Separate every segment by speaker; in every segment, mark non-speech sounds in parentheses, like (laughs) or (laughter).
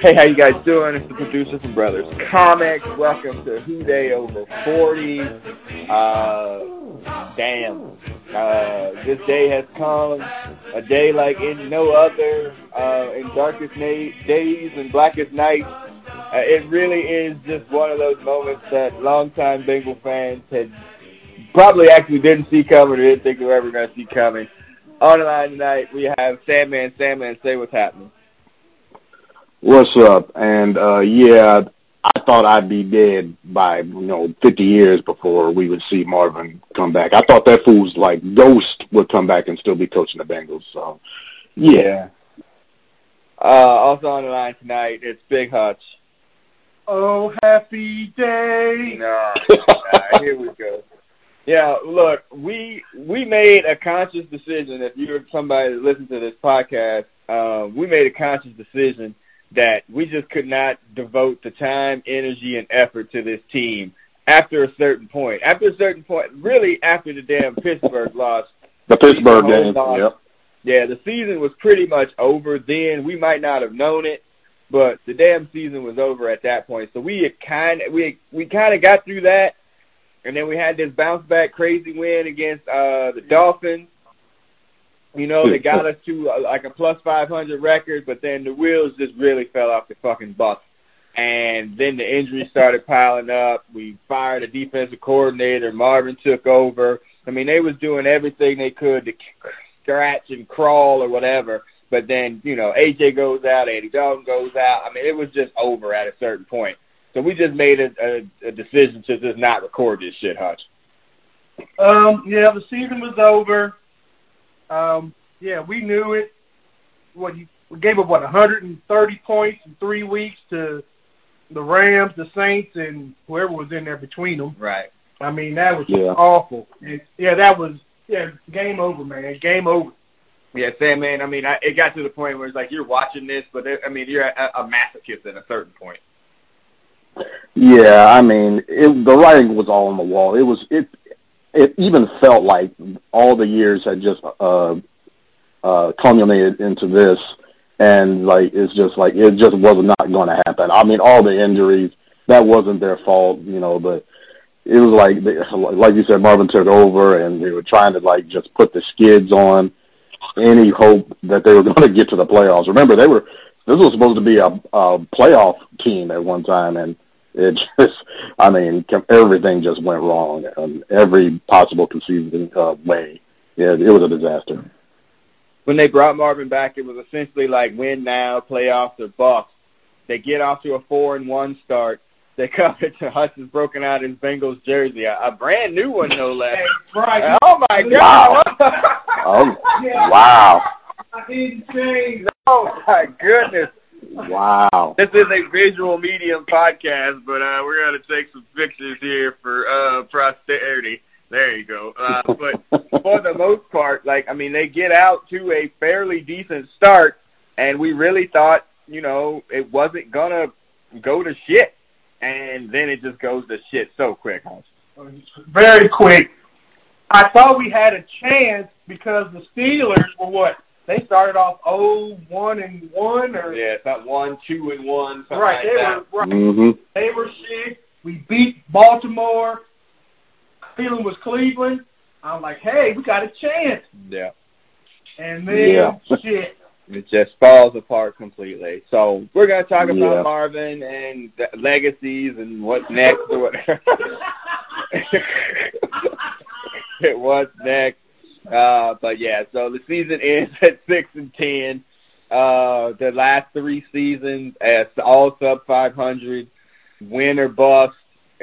Speaker 1: Hey, how you guys doing? It's the producers and brothers comics. Welcome to Who Day Over 40. Uh, damn. Uh, this day has come. A day like any no other. Uh, in darkest na- days and blackest nights. Uh, it really is just one of those moments that longtime Bengal fans had probably actually didn't see coming or didn't think they were ever going to see coming. On the line tonight, we have Sandman. Sandman, say what's happening.
Speaker 2: What's up? And uh yeah, I thought I'd be dead by you know fifty years before we would see Marvin come back. I thought that fool's like ghost would come back and still be coaching the Bengals. So yeah,
Speaker 1: Uh, also on the line tonight, it's Big Hutch.
Speaker 3: Oh, happy day.
Speaker 1: Nah, nah, here we go. Yeah, look, we we made a conscious decision. If you're somebody that listens to this podcast, um, we made a conscious decision that we just could not devote the time, energy, and effort to this team after a certain point. After a certain point, really after the damn Pittsburgh loss,
Speaker 2: the Pittsburgh
Speaker 1: Hold
Speaker 2: game.
Speaker 1: on.
Speaker 2: Yep.
Speaker 1: yeah, the season was pretty much over then. We might not have known it, but the damn season was over at that point. So we kind we we kind of got through that, and then we had this bounce back crazy win against uh the Dolphins. You know, they got us to uh, like a plus 500 record, but then the wheels just really fell off the fucking bus. And then the injuries started piling up. We fired a defensive coordinator. Marvin took over. I mean, they was doing everything they could to scratch and crawl or whatever. But then, you know, AJ goes out, Andy Dalton goes out. I mean, it was just over at a certain point. So we just made a, a, a decision to just not record this shit, Hutch.
Speaker 3: Um, yeah, the season was over. Um, yeah, we knew it. What you we gave up what 130 points in three weeks to the Rams, the Saints, and whoever was in there between them.
Speaker 1: Right.
Speaker 3: I mean, that was
Speaker 2: Yeah.
Speaker 3: awful. It, yeah, that was yeah, game over, man. Game over.
Speaker 1: Yeah, Sam, man. I mean, I, it got to the point where it's like you're watching this, but it, I mean, you're a, a masochist at a certain point.
Speaker 2: Yeah, I mean, it, the writing was all on the wall. It was it. It even felt like all the years had just uh, uh, culminated into this, and like it's just like it just was not going to happen. I mean, all the injuries that wasn't their fault, you know, but it was like they, like you said, Marvin took over, and they were trying to like just put the skids on any hope that they were (laughs) going to get to the playoffs. Remember, they were this was supposed to be a, a playoff team at one time, and it (laughs) just, I mean, com- everything just went wrong in every possible conceivable uh, way. Yeah, it was a disaster.
Speaker 1: when they brought Marvin back, it was essentially like win now, playoffs or bust. They get off to a four and one start. They (laughs) come into Hudson's broken out his Bengals jersey, a, a brand new one no less.
Speaker 3: Hey, right.
Speaker 1: Oh (laughs) my god!
Speaker 2: Oh,
Speaker 3: Yeah.
Speaker 2: wow,
Speaker 3: I didn't change.
Speaker 1: Oh my goodness!
Speaker 2: wow.
Speaker 1: This is a visual medium podcast, but uh, we're gonna take some pictures here for uh, posterity. There you go. Uh, but for
Speaker 2: (laughs)
Speaker 1: the most part, like I mean, they get out to a fairly decent start, and we really thought, you know, it wasn't gonna go to shit, and then it just goes to shit so quick.
Speaker 3: very quick. I thought we had a chance because the Steelers were what? They started off 0-1 and 1 or
Speaker 1: Yeah, it's not one, two, and one. Something like
Speaker 3: right, they
Speaker 1: that.
Speaker 3: were right.
Speaker 2: hmm
Speaker 3: They were shit. We beat Baltimore. Cleveland was Cleveland. I'm like, "Hey, we got a chance."
Speaker 1: Yeah.
Speaker 3: And then
Speaker 2: Yeah.
Speaker 3: shit.
Speaker 1: It just falls apart completely. So we're gonna talk about
Speaker 2: Yeah.
Speaker 1: Marvin and the legacies and what's next or whatever. (laughs) what's next? Uh, but yeah, so the season ends at six and ten. Uh, the last three seasons as all sub five hundred, win or bust.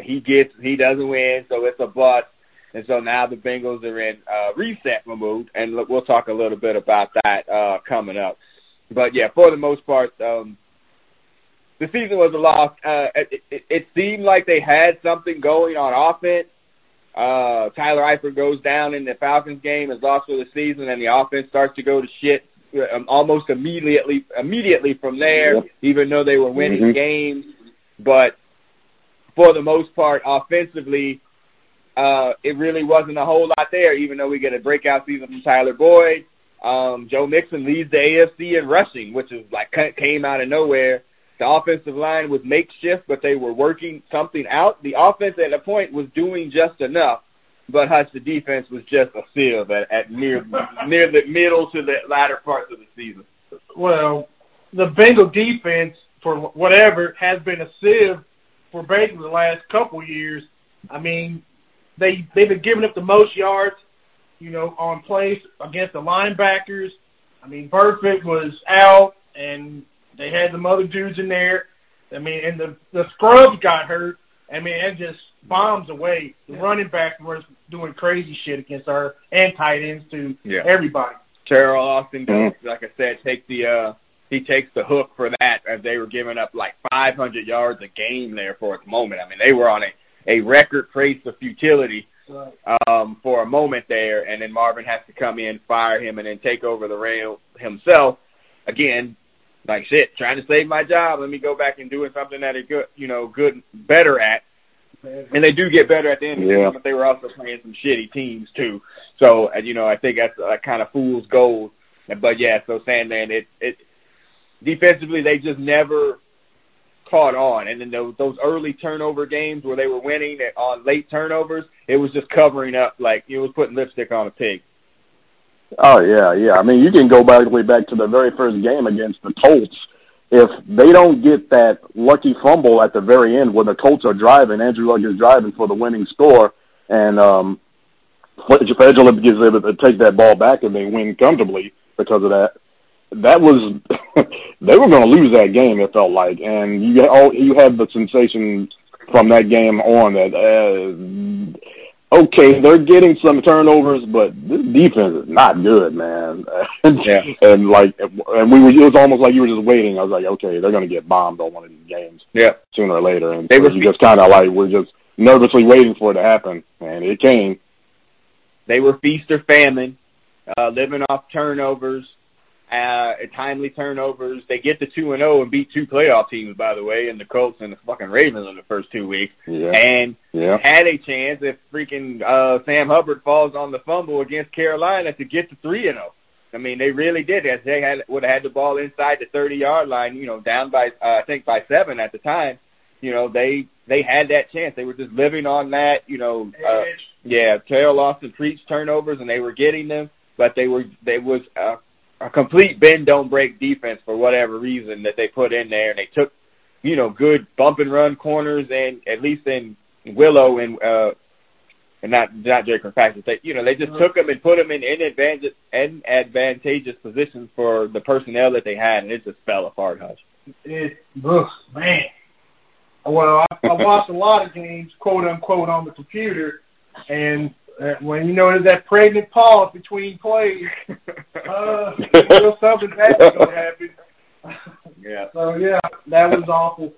Speaker 1: He gets he doesn't win, so it's a bust. And so now the Bengals are in uh, reset mode, and look, we'll talk a little bit about that uh, coming up. But yeah, for the most part, um, the season was a loss. Uh, it, it, it seemed like they had something going on offense. Uh, Tyler Eifert goes down in the Falcons game, is lost for the season, and the offense starts to go to shit um, almost immediately. Immediately from there,
Speaker 2: Yep.
Speaker 1: even though they were winning
Speaker 2: Mhm.
Speaker 1: games, but for the most part, offensively, uh, it really wasn't a whole lot there. Even though we get a breakout season from Tyler Boyd, um, Joe Mixon leads the AFC in rushing, which is like ca- came out of nowhere. The offensive line was makeshift, but they were working something out. The offense at a point was doing just enough, but Hutch, the defense was just a sieve at, at near near the middle to the latter parts of the season.
Speaker 3: Well, the Bengal defense, for whatever, has been a sieve for basically the last couple years. I mean, they they've been giving up the most yards, you know, on plays against the linebackers. I mean, Burfict was out, and they had some other dudes in there. I mean, and the the scrubs got hurt. I mean, and just bombs away. The
Speaker 1: Yeah.
Speaker 3: running back was doing crazy shit against her and tight ends to
Speaker 1: Yeah.
Speaker 3: everybody.
Speaker 1: Terrell Austin does, like I said, take the uh he takes the hook for that as they were giving up like 500 yards a game there for a moment. I mean, they were on a a record pace of futility
Speaker 3: Right.
Speaker 1: um, for a moment there, and then Marvin has to come in, fire him, and then take over the rail himself. Again, like shit, trying to save my job. Let me go back and doing something that is good, you know, good, better at. And they do get better at the end of the
Speaker 2: Yeah.
Speaker 1: game, but they were also playing some shitty teams too. So, uh, you know, I think that's uh, kind of fool's gold. But yeah, so Sandman, it it defensively they just never caught on. And then those, those early turnover games where they were winning at- on late turnovers, it was just covering up like it was putting lipstick on a pig.
Speaker 2: Oh yeah, yeah. I mean, you can go back way back to the very first game against the Colts. If they don't get that lucky fumble at the very end, where the Colts are driving, Andrew Luck is driving for the winning score, and um, Fedula gets able to take that ball back, and they win comfortably because of that. That was (laughs) they were going to lose that game. It felt like, and you all you had the sensation from that game on that uh, okay, they're getting some turnovers, but this defense is not good, man. (laughs) And,
Speaker 1: Yeah.
Speaker 2: and like, and we were, it was almost like you were just waiting. I was like, okay, they're going to get bombed on one of these games
Speaker 1: Yeah.
Speaker 2: sooner or later. And
Speaker 1: They
Speaker 2: they
Speaker 1: were-
Speaker 2: were you just kind of like, we're just nervously waiting for it to happen. And it came.
Speaker 1: They were feast or famine, uh, living off turnovers, uh, timely turnovers. They get to two and zero and beat two playoff teams, by the way, and the Colts and the fucking Ravens in the first two weeks,
Speaker 2: Yeah.
Speaker 1: and
Speaker 2: Yeah.
Speaker 1: had a chance if freaking uh, Sam Hubbard falls on the fumble against Carolina to get to three and zero. I mean, they really did. As they had would have had the ball inside the thirty yard line, you know, down by uh, I think by seven at the time. You know, they they had that chance. They were just living on that. You know, uh, yeah, Terrell Austin preached turnovers, and they were getting them, but they were they was a, a complete bend don't break defense for whatever reason that they put in there, and they took you know good bump and run corners, and at least in Willow and uh and not not Drake and Patrick, they you know they just took them and put them in in advantage in advantageous positions for the personnel that they had, and it just fell apart. Hush.
Speaker 3: it, ugh, man. Well, I, I watched a lot of games, quote unquote, on the computer, and uh, when you notice that pregnant pause between plays, uh, (laughs) you know something bad's gonna happen.
Speaker 1: yeah.
Speaker 3: So yeah, that was awful.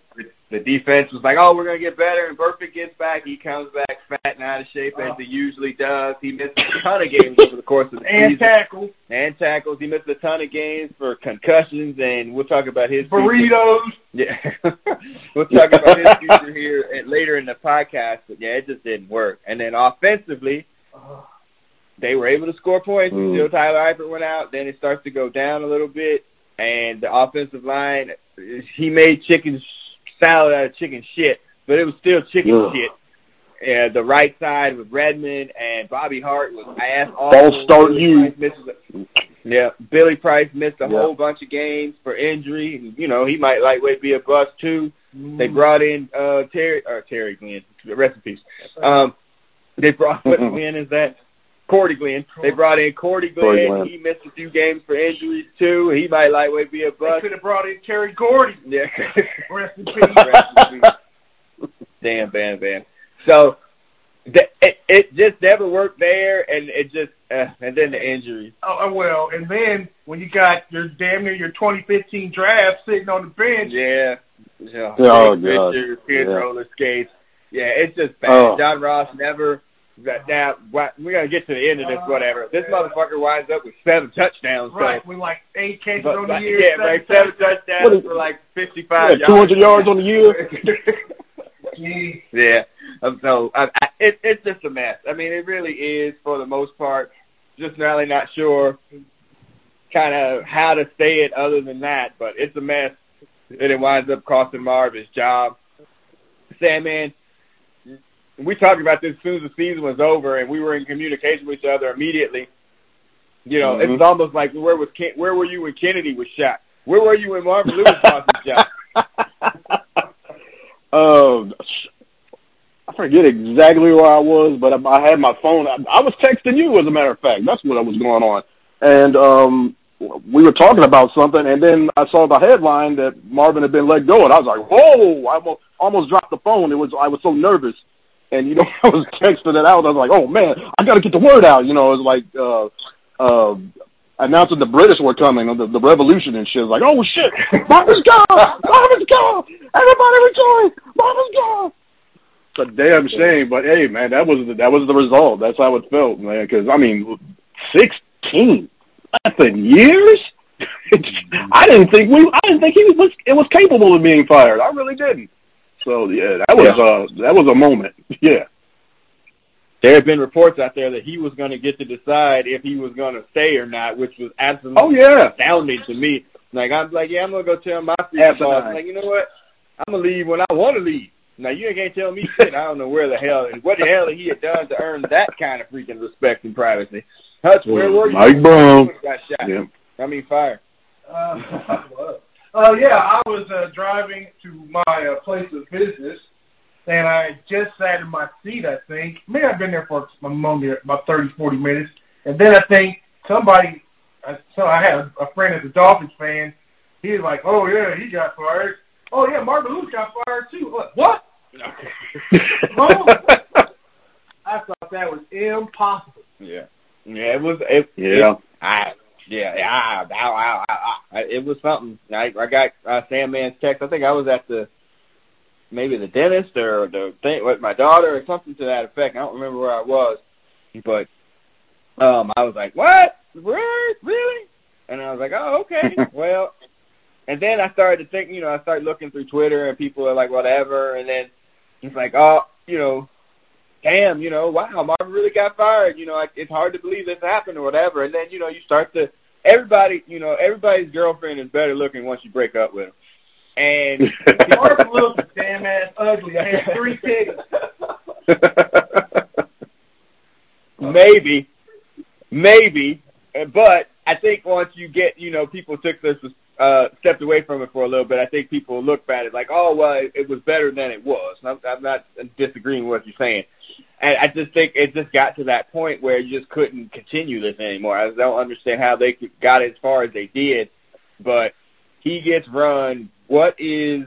Speaker 1: the defense was like, "Oh, we're gonna get better," and Burfict gets back. He comes back fat and out of shape as he usually does. He missed a ton of games over the course of the
Speaker 3: And
Speaker 1: season,
Speaker 3: tackle
Speaker 1: and tackles. He missed a ton of games for concussions, and we'll talk about his future.
Speaker 3: burritos.
Speaker 1: Yeah, (laughs) we'll talk about his future here and later in the podcast. But yeah, it just didn't work. And then offensively,
Speaker 3: Ugh.
Speaker 1: they were able to score points
Speaker 2: Mm.
Speaker 1: until Tyler Eifert went out. Then it starts to go down a little bit, and the offensive line he made chicken salad out of chicken shit, but it was still chicken
Speaker 2: Ugh.
Speaker 1: shit. And the right side with Redmond and Bobby Hart was ass off.
Speaker 2: False start you.
Speaker 1: Yeah, Billy Price missed a
Speaker 2: Yeah.
Speaker 1: whole bunch of games for injury. and You know he might lightweight be a bust too. They
Speaker 3: Mm, Mm-hmm.
Speaker 1: brought in uh Terry or Terry Glenn, rest in peace. Um they brought what
Speaker 2: Mm-hmm.
Speaker 1: Glenn is that? Cordy Glenn. They brought in Cordy Glenn.
Speaker 2: Cordy Glenn.
Speaker 1: He missed a few games for injuries too. He might lightweight be a
Speaker 3: They
Speaker 1: bust.
Speaker 3: could have brought in Terry Gordy.
Speaker 1: Yeah. (laughs)
Speaker 3: Rest in peace.
Speaker 1: Damn, bam, bam. So th- it, it just never worked there, and it just uh, and then the injuries.
Speaker 3: (laughs) Oh well, and then when you got your damn near your 2015 draft sitting on the bench,
Speaker 1: Yeah. yeah.
Speaker 2: Oh,
Speaker 1: Big
Speaker 2: God.
Speaker 1: pictures, kid
Speaker 2: Yeah.
Speaker 1: roller skates. Yeah, it's just bad.
Speaker 2: Oh.
Speaker 1: John Ross never. That, that wha- we're gonna get to the end of this. Whatever. This motherfucker winds up with seven touchdowns.
Speaker 3: right?
Speaker 1: So,
Speaker 3: With like eight catches
Speaker 1: but,
Speaker 3: on the
Speaker 1: like,
Speaker 3: year,
Speaker 1: yeah, like seven touchdowns
Speaker 2: What is-
Speaker 1: for like
Speaker 2: Yeah,
Speaker 1: fifty-five.
Speaker 2: 200 yards on the year.
Speaker 1: (laughs)
Speaker 3: Gee.
Speaker 1: yeah. Um, so I, I, it, it's just a mess. I mean, it really is for the most part. Just really not sure kind of how to say it other than that, but it's a mess. and it winds up costing Marv his job. Sandman, we talked about this as soon as the season was over, and we were in communication with each other immediately. You know, it was almost like where was Ken- where were you when Kennedy was shot? Where were you when Marvin Lewis lost his job?
Speaker 2: (laughs) Um, I forget exactly where I was, but I, I had my phone. I, I was texting you, as a matter of fact. That's what was going on, and um, we were talking about something, and then I saw the headline that Marvin had been let go, and I was like, "Whoa!" I almost, almost dropped the phone. It was I was so nervous, and you know (laughs) I was texting it out. I was like, "Oh man, I got to get the word out." You know, it was like uh, uh, announcing the British were coming, the, the revolution and shit. Like, oh shit, Marvin's gone, Marvin's gone, everybody rejoice, Marvin's gone. It's a damn shame, but hey, man, that was the, that was the result. That's how it felt, man. Because I mean, sixteen, nothing years. (laughs) I didn't think we, I didn't think he was, it was capable of being fired. I really didn't. So yeah, that was
Speaker 1: Yeah.
Speaker 2: uh, that was a moment. (laughs) Yeah.
Speaker 1: There have been reports out there that he was going to get to decide if he was going to stay or not, which was absolutely
Speaker 2: Oh yeah.
Speaker 1: astounding to me. Like I'm like, yeah, I'm gonna go tell my future boss.
Speaker 2: Asinine.
Speaker 1: Like, you know what? I'm gonna leave when I want to leave. Now you ain't gonna tell me shit. I don't know where the hell and what the hell he had done to earn that kind of freaking respect and privacy. Hutch, where were you?
Speaker 2: Mike Brown.
Speaker 1: Got shot.
Speaker 2: Yeah.
Speaker 1: I mean, fire.
Speaker 3: Uh, (laughs) uh, yeah, I was uh, driving to my uh, place of business, and I just sat in my seat, I think. Maybe I've been there for a moment, about thirty, forty minutes. And then I think somebody, I, so I had a, a friend that's a Dolphins fan. He was like, oh, yeah, he got fired. Oh, yeah, Marvin Lewis got fired, too. What? what? I thought that was impossible. (laughs)
Speaker 1: Yeah. Yeah, it was. It,
Speaker 2: (laughs) yeah.
Speaker 1: I yeah, yeah, I, I, I, I, it was something. I, I got uh, Sandman's text. I think I was at the maybe the dentist or the thing with my daughter or something to that effect. I don't remember where I was, but um, I was like, "What? Really? Really?" And I was like, "Oh, okay. well." And then I started to think, you know, I started looking through Twitter and people are like, whatever. And then it's like, oh, you know, damn, you know, wow, Marvin really got fired. You know, like, it's hard to believe this happened or whatever. And then, you know, you start to everybody, you know, everybody's girlfriend is better looking once you break up with them.
Speaker 2: (laughs)
Speaker 1: And
Speaker 3: Marvin Lewis is damn ass ugly. I
Speaker 1: (laughs)
Speaker 3: had three kids.
Speaker 1: maybe, maybe, uh, but I think once you get, you know, people took this, uh, stepped away from it for a little bit. I think people look at it like, oh, well, it, it was better than it was. And I'm, I'm not disagreeing with what you're saying. And I just think it just got to that point where you just couldn't continue this anymore. I don't understand how they could, got as far as they did, but he gets run. What is,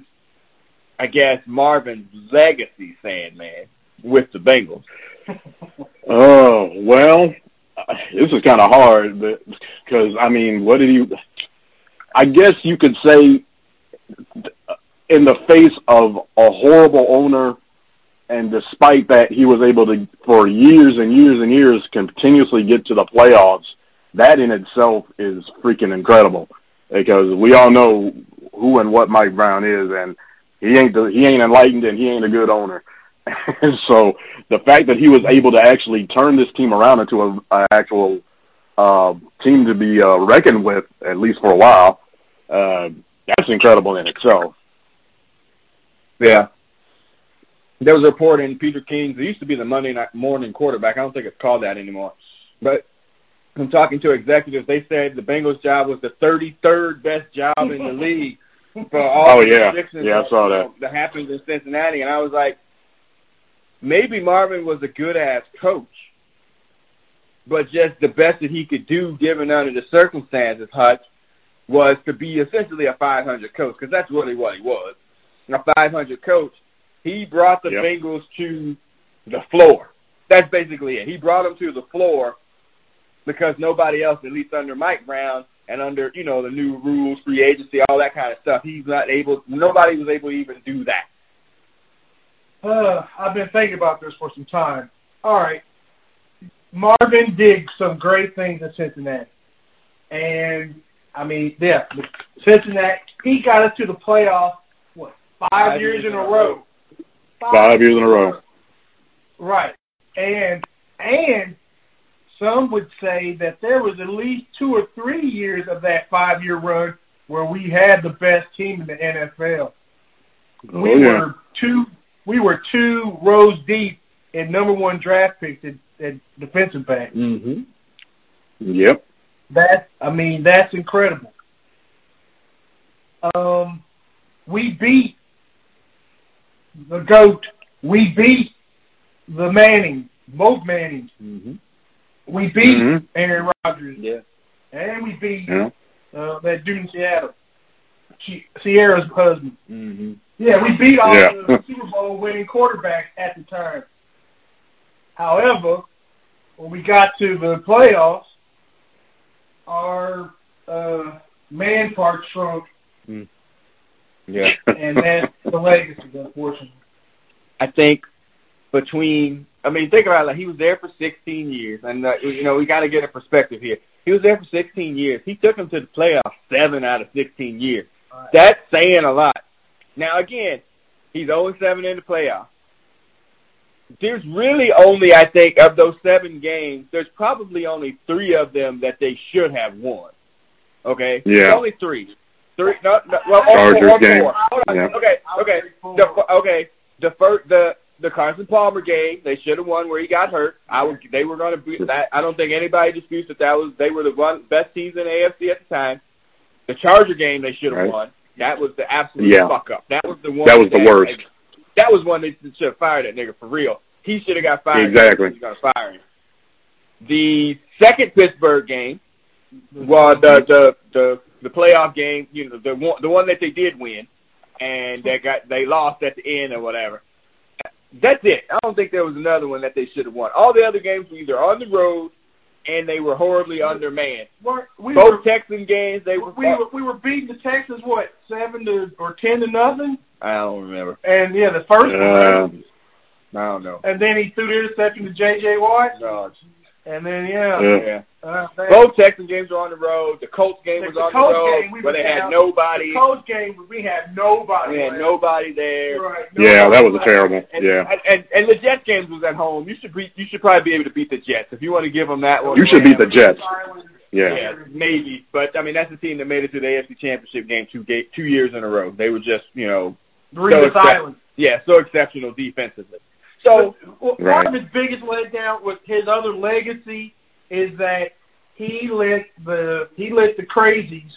Speaker 1: I guess, Marvin's legacy, Sandman, with the Bengals?
Speaker 2: (laughs) Oh well, uh, this is kind of hard because I mean, what did you? I guess you could say, in the face of a horrible owner, and despite that, he was able to for years and years and years continuously get to the playoffs. That in itself is freaking incredible because we all know who and what Mike Brown is, and he ain't the, he ain't enlightened and he ain't a good owner. (laughs) And so the fact that he was able to actually turn this team around into a, a actual uh, team to be uh, reckoned with, at least for a while, uh, that's incredible in itself.
Speaker 1: Yeah. There was a report in Peter King's. It used to be the Monday night morning quarterback. I don't think it's called that anymore. But from talking to executives, they said the Bengals' job was the 33rd best job in the league for all
Speaker 2: Oh,
Speaker 1: the
Speaker 2: yeah.
Speaker 1: restrictions
Speaker 2: Yeah, I saw that.
Speaker 1: that happened in Cincinnati. And I was like, maybe Marvin was a good ass coach, but just the best that he could do, given under the circumstances, Hutch, was to be essentially a 500 coach because that's really what he was a 500 coach. He brought the
Speaker 2: Yep.
Speaker 1: Bengals to the floor. That's basically it. He brought them to the floor because nobody else, at least under Mike Brown and under you know the new rules, free agency, all that kind of stuff, he's not able. Nobody was able to even do that.
Speaker 3: Uh, I've been thinking about this for some time. All right. Marvin did some great things in Cincinnati. And, I mean, yeah, Cincinnati, he got us to the playoffs, what, five,
Speaker 1: Five
Speaker 3: years, in a row.
Speaker 2: Five years in a row.
Speaker 3: Right. And, and some would say that there was at least two or three years of that five-year run where we had the best team in the NFL.
Speaker 2: Oh,
Speaker 3: we
Speaker 2: yeah.
Speaker 3: were two we were two rows deep in number one draft picks at, at defensive back.
Speaker 2: Mm-hmm. Yep.
Speaker 3: That I mean, that's incredible. Um, we beat the goat. We beat the Manning, both Mannings.
Speaker 2: Mm-hmm.
Speaker 3: We beat
Speaker 2: Mhm.
Speaker 3: Aaron Rodgers,
Speaker 1: Yeah.
Speaker 3: and we beat
Speaker 2: Yeah.
Speaker 3: uh, that dude in Seattle, she, Sierra's husband.
Speaker 2: Mm-hmm.
Speaker 3: Yeah, we beat all
Speaker 2: Yeah.
Speaker 3: the Super Bowl winning quarterbacks at the time. However, when we got to the playoffs, our uh, man part shrunk,
Speaker 1: Yeah.
Speaker 3: and that's the legacy, unfortunately.
Speaker 1: I think between I mean, think about it. Like he was there for 16 years, and uh, you know we got to get a perspective here. He was there for 16 years. He took him to the playoffs seven out of 16 years.
Speaker 3: All right.
Speaker 1: That's saying a lot. Now again, he's 0-7 in the playoffs. There's really only, I think, of those seven games, there's probably only three of them that they should have won. Okay,
Speaker 2: Yeah.
Speaker 1: There's only three, three. No, no well, or
Speaker 2: Chargers
Speaker 1: four, or
Speaker 2: game.
Speaker 1: four. Hold on.
Speaker 2: Yeah.
Speaker 1: Okay, okay. The, okay, the first the the Carson Palmer game, they should have won where he got hurt. I would, they were going to be that. I don't think anybody disputes that that was they were the one best teams in AFC at the time. The Charger game, they should have
Speaker 2: Right.
Speaker 1: won. That was the absolute
Speaker 2: Yeah.
Speaker 1: fuck up. That was the one.
Speaker 2: (laughs) That was the worst.
Speaker 1: (laughs) that was one that should have fired that nigga for real. He should have got fired.
Speaker 2: Exactly.
Speaker 1: He got fired. The second Pittsburgh game was the the the, the playoff game. You know the one the one that they did win, and they got they lost at the end or whatever. That's it. I don't think there was another one that they should have won. All the other games were either on the road, and they were horribly undermanned.
Speaker 3: We're- we were,
Speaker 1: Both Texan games, they were.
Speaker 3: we were we were beating the Texans what seven to or ten to nothing,
Speaker 1: I don't remember.
Speaker 3: and yeah, the first
Speaker 2: Uh,
Speaker 3: one,
Speaker 1: I don't know.
Speaker 3: and then he threw the interception to J.J. Watt,
Speaker 1: No, it's-
Speaker 3: and then yeah,
Speaker 2: Yeah.
Speaker 1: yeah.
Speaker 3: uh, they-
Speaker 1: Both Texan games were on the road. The Colts game
Speaker 3: The-
Speaker 1: was
Speaker 3: the
Speaker 1: on
Speaker 3: Colts
Speaker 1: the road,
Speaker 3: game, we
Speaker 1: where they
Speaker 3: were
Speaker 1: had
Speaker 3: down.
Speaker 1: nobody.
Speaker 3: the Colts game we had nobody.
Speaker 1: We had
Speaker 3: left.
Speaker 1: nobody there.
Speaker 3: Right,
Speaker 2: yeah, that
Speaker 3: nobody
Speaker 2: was a
Speaker 3: left.
Speaker 2: terrible.
Speaker 1: And,
Speaker 2: Yeah.
Speaker 1: and, and and the Jets games was at home. You should be you should probably be able to beat the Jets if you want to give them that one.
Speaker 2: You should beat the Jets.
Speaker 1: Yeah.
Speaker 2: Yeah.
Speaker 1: maybe. But I mean, that's the team that made it to the AFC Championship game two ga- two years in a row. They were just you know
Speaker 3: Breathe
Speaker 1: So
Speaker 3: is
Speaker 1: it's that-
Speaker 3: Island.
Speaker 1: yeah so exceptional defensively.
Speaker 3: So
Speaker 1: So
Speaker 3: well,
Speaker 2: Right.
Speaker 3: part of his biggest letdown was his other legacy is that he let the he let the crazies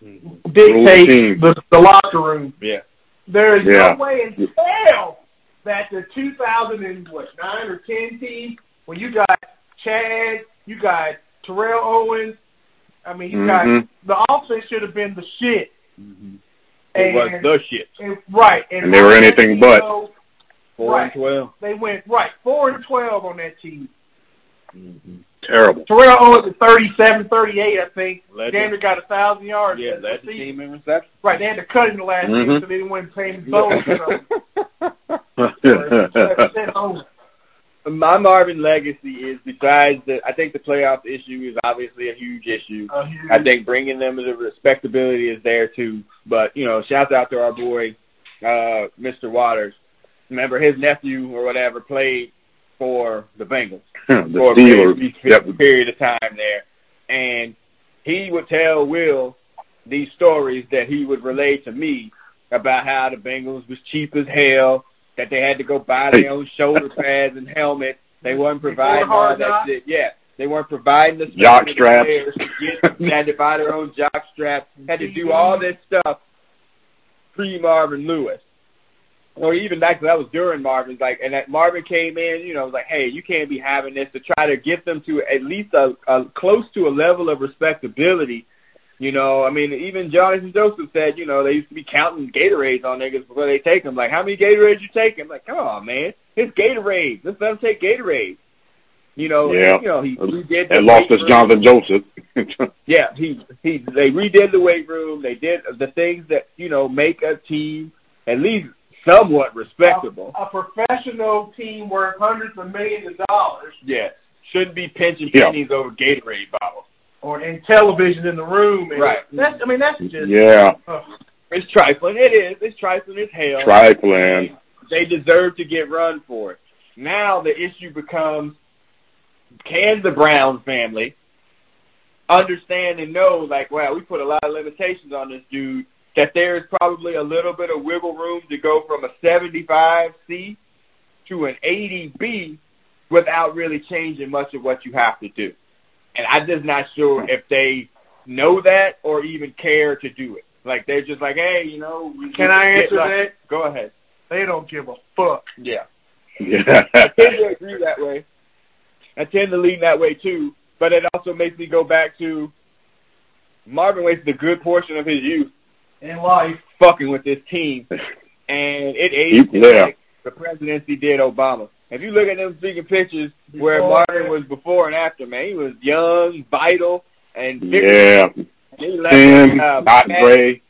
Speaker 2: Rule the Hmm. team.
Speaker 3: dictate the, the locker room.
Speaker 1: yeah,
Speaker 3: There is
Speaker 2: Yeah.
Speaker 3: no way in hell that the 2000 and what nine or ten team when you got Chad, you got Terrell Owens. I mean, you
Speaker 2: Mhm.
Speaker 3: got the offense should have been the shit.
Speaker 1: Mm-hmm. it was
Speaker 3: And-
Speaker 1: the shit.
Speaker 3: And, right,
Speaker 2: And they were anything but.
Speaker 3: so
Speaker 1: Four and
Speaker 3: Right.
Speaker 1: twelve.
Speaker 3: They went right four and twelve on that team. (laughs)
Speaker 2: Terrible.
Speaker 3: Terrell Owens at 37, 38, I think.
Speaker 1: Led
Speaker 3: Damn
Speaker 1: the,
Speaker 3: near got a thousand yards.
Speaker 1: yeah,
Speaker 3: That's
Speaker 1: led
Speaker 3: the
Speaker 1: the
Speaker 3: season.
Speaker 1: team in reception.
Speaker 3: Right, they had to cut him the last
Speaker 2: Mhm.
Speaker 3: game, so they didn't win paying bonus.
Speaker 2: (laughs)
Speaker 1: (laughs) my Marvin legacy is besides the I think the playoff issue is obviously a huge issue.
Speaker 3: Mm-hmm.
Speaker 1: I think bringing them the respectability is there too. But you know, shout out to our boy, uh, Mr. Waters. Remember his nephew or whatever played for the Bengals
Speaker 2: the
Speaker 1: for a
Speaker 2: Steelers.
Speaker 1: period,
Speaker 2: Yep.
Speaker 1: period of time there, and he would tell Will these stories that he would relay to me about how the Bengals was cheap as hell, that they had to go buy their own shoulder pads and helmets. They weren't providing
Speaker 3: Before
Speaker 1: all
Speaker 3: hard
Speaker 1: that
Speaker 3: knocks?
Speaker 1: shit. Yeah, they weren't providing the
Speaker 2: Jock
Speaker 1: stuff for the
Speaker 2: straps.
Speaker 1: players to
Speaker 2: (laughs)
Speaker 1: get. They had to buy their own jock straps. Had to do all this stuff pre Marvin Lewis or even back that was during Marvin's like and that Marvin came in, you know, was like, Hey, you can't be having this to try to get them to at least a, a close to a level of respectability. You know, I mean, even Jonathan Joseph said, you know, they used to be counting Gatorades on niggas before they take them. Like, how many Gatorades you taking? Like, come on, man, it's Gatorade. Let's let them take Gatorade. You know,
Speaker 2: Yeah.
Speaker 1: you know, he, he did. the
Speaker 2: And lost
Speaker 1: weight
Speaker 2: us
Speaker 1: room.
Speaker 2: Jonathan Joseph.
Speaker 1: Yeah, he he. They redid the weight room. They did the things that you know make a team at least somewhat respectable.
Speaker 3: a professional team worth hundreds of millions of dollars,
Speaker 1: Yeah. Shouldn't be pinching
Speaker 2: Yeah.
Speaker 1: pennies over Gatorade bottles.
Speaker 3: or and television in the room. And
Speaker 1: Right.
Speaker 3: That's, I mean, that's
Speaker 2: (laughs)
Speaker 3: just. uh,
Speaker 2: yeah.
Speaker 3: ugh.
Speaker 1: It's trifling. It is. It's trifling as hell.
Speaker 2: Trifling.
Speaker 1: They deserve to get run for it. Now the issue becomes can the Brown family understand and know, like, wow, we put a lot of limitations on this dude. That there is probably a little bit of wiggle room to go from a 75C to an 80B without really changing much of what you have to do. And I'm just not sure if they know that or even care to do it. Like they're just like, hey, you know, we
Speaker 3: Can
Speaker 1: we
Speaker 3: I
Speaker 1: get
Speaker 3: answer
Speaker 1: lucky.
Speaker 3: that?
Speaker 1: Go ahead.
Speaker 3: They don't give a fuck.
Speaker 1: Yeah.
Speaker 2: (laughs) Yeah.
Speaker 1: I tend to agree that way. I tend to lean that way too, but it also makes me go back to Marvin wasted a good portion of his youth
Speaker 3: In life,
Speaker 1: fucking with this team, and it aged him
Speaker 2: Yeah.
Speaker 1: like the presidency did Obama. If you look at them freaking pictures where
Speaker 3: Before-
Speaker 1: Marvin was before and after, man, he was young, vital, and vigorous.
Speaker 2: Yeah.
Speaker 1: He left
Speaker 2: Thin,
Speaker 1: uh,
Speaker 2: not
Speaker 1: fat,
Speaker 2: gray.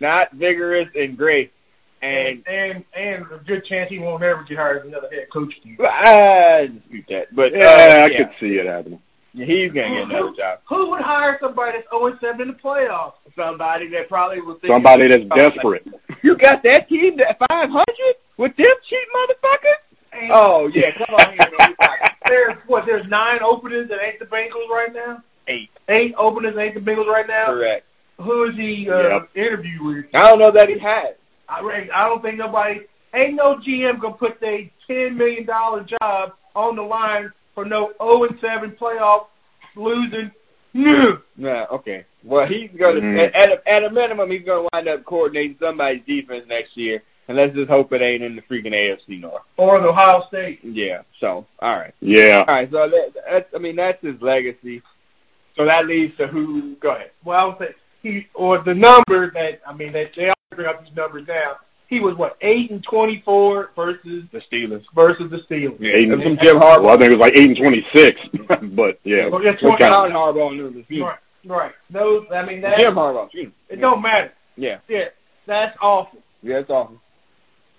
Speaker 1: not vigorous, and great. And
Speaker 3: and and and a good chance he won't ever get hired as another head coach. again.
Speaker 1: I dispute that, but uh,
Speaker 2: Yeah, I
Speaker 1: yeah,
Speaker 2: could see it happening.
Speaker 1: he's gonna get another job.
Speaker 3: Who would hire somebody that's 0 7 in the playoffs?
Speaker 1: Somebody that probably will think
Speaker 2: Somebody that's desperate.
Speaker 1: You got that team at 500 with them cheap motherfuckers?
Speaker 3: And
Speaker 1: Oh yeah, come on here. man. We
Speaker 3: (laughs)
Speaker 1: got
Speaker 3: there's what? There's nine openings that ain't the Bengals right now.
Speaker 1: Eight,
Speaker 3: Eight openings that ain't the Bengals right now.
Speaker 1: correct.
Speaker 3: Who is he uh, interview with?
Speaker 1: I don't know that he has.
Speaker 3: I, re- I don't think nobody, ain't no GM gonna put their ten million dollar job on the line for no zero and seven playoff losing. No,
Speaker 1: Nah, okay. Well, he's gonna
Speaker 2: Mhm.
Speaker 1: at, at, a, at a minimum he's gonna wind up coordinating somebody's defense next year, and let's just hope it ain't in the freaking AFC North.
Speaker 3: or the Ohio State.
Speaker 1: Yeah. So, all right,
Speaker 2: Yeah.
Speaker 1: all right. So that, that's I mean that's his legacy. So that leads to who? Go ahead.
Speaker 3: Well, I would say he or the number that I mean that they all bring up these numbers now. He was what eight and twenty four versus
Speaker 1: The Steelers.
Speaker 3: versus the Steelers.
Speaker 1: Yeah,
Speaker 2: Eight and-
Speaker 1: that's from Jim Harbaugh.
Speaker 2: Well, I think it was like eight and twenty-six, (laughs) but yeah.
Speaker 3: Well, that's
Speaker 2: what
Speaker 3: what
Speaker 2: kind
Speaker 1: John
Speaker 2: of-
Speaker 1: Harbaugh knew the Steelers.
Speaker 3: Right, right. Those I mean that
Speaker 1: Jim Harbaugh. excuse me.
Speaker 3: it don't matter.
Speaker 1: Yeah.
Speaker 3: Yeah, that's awful.
Speaker 1: Yeah, that's awful.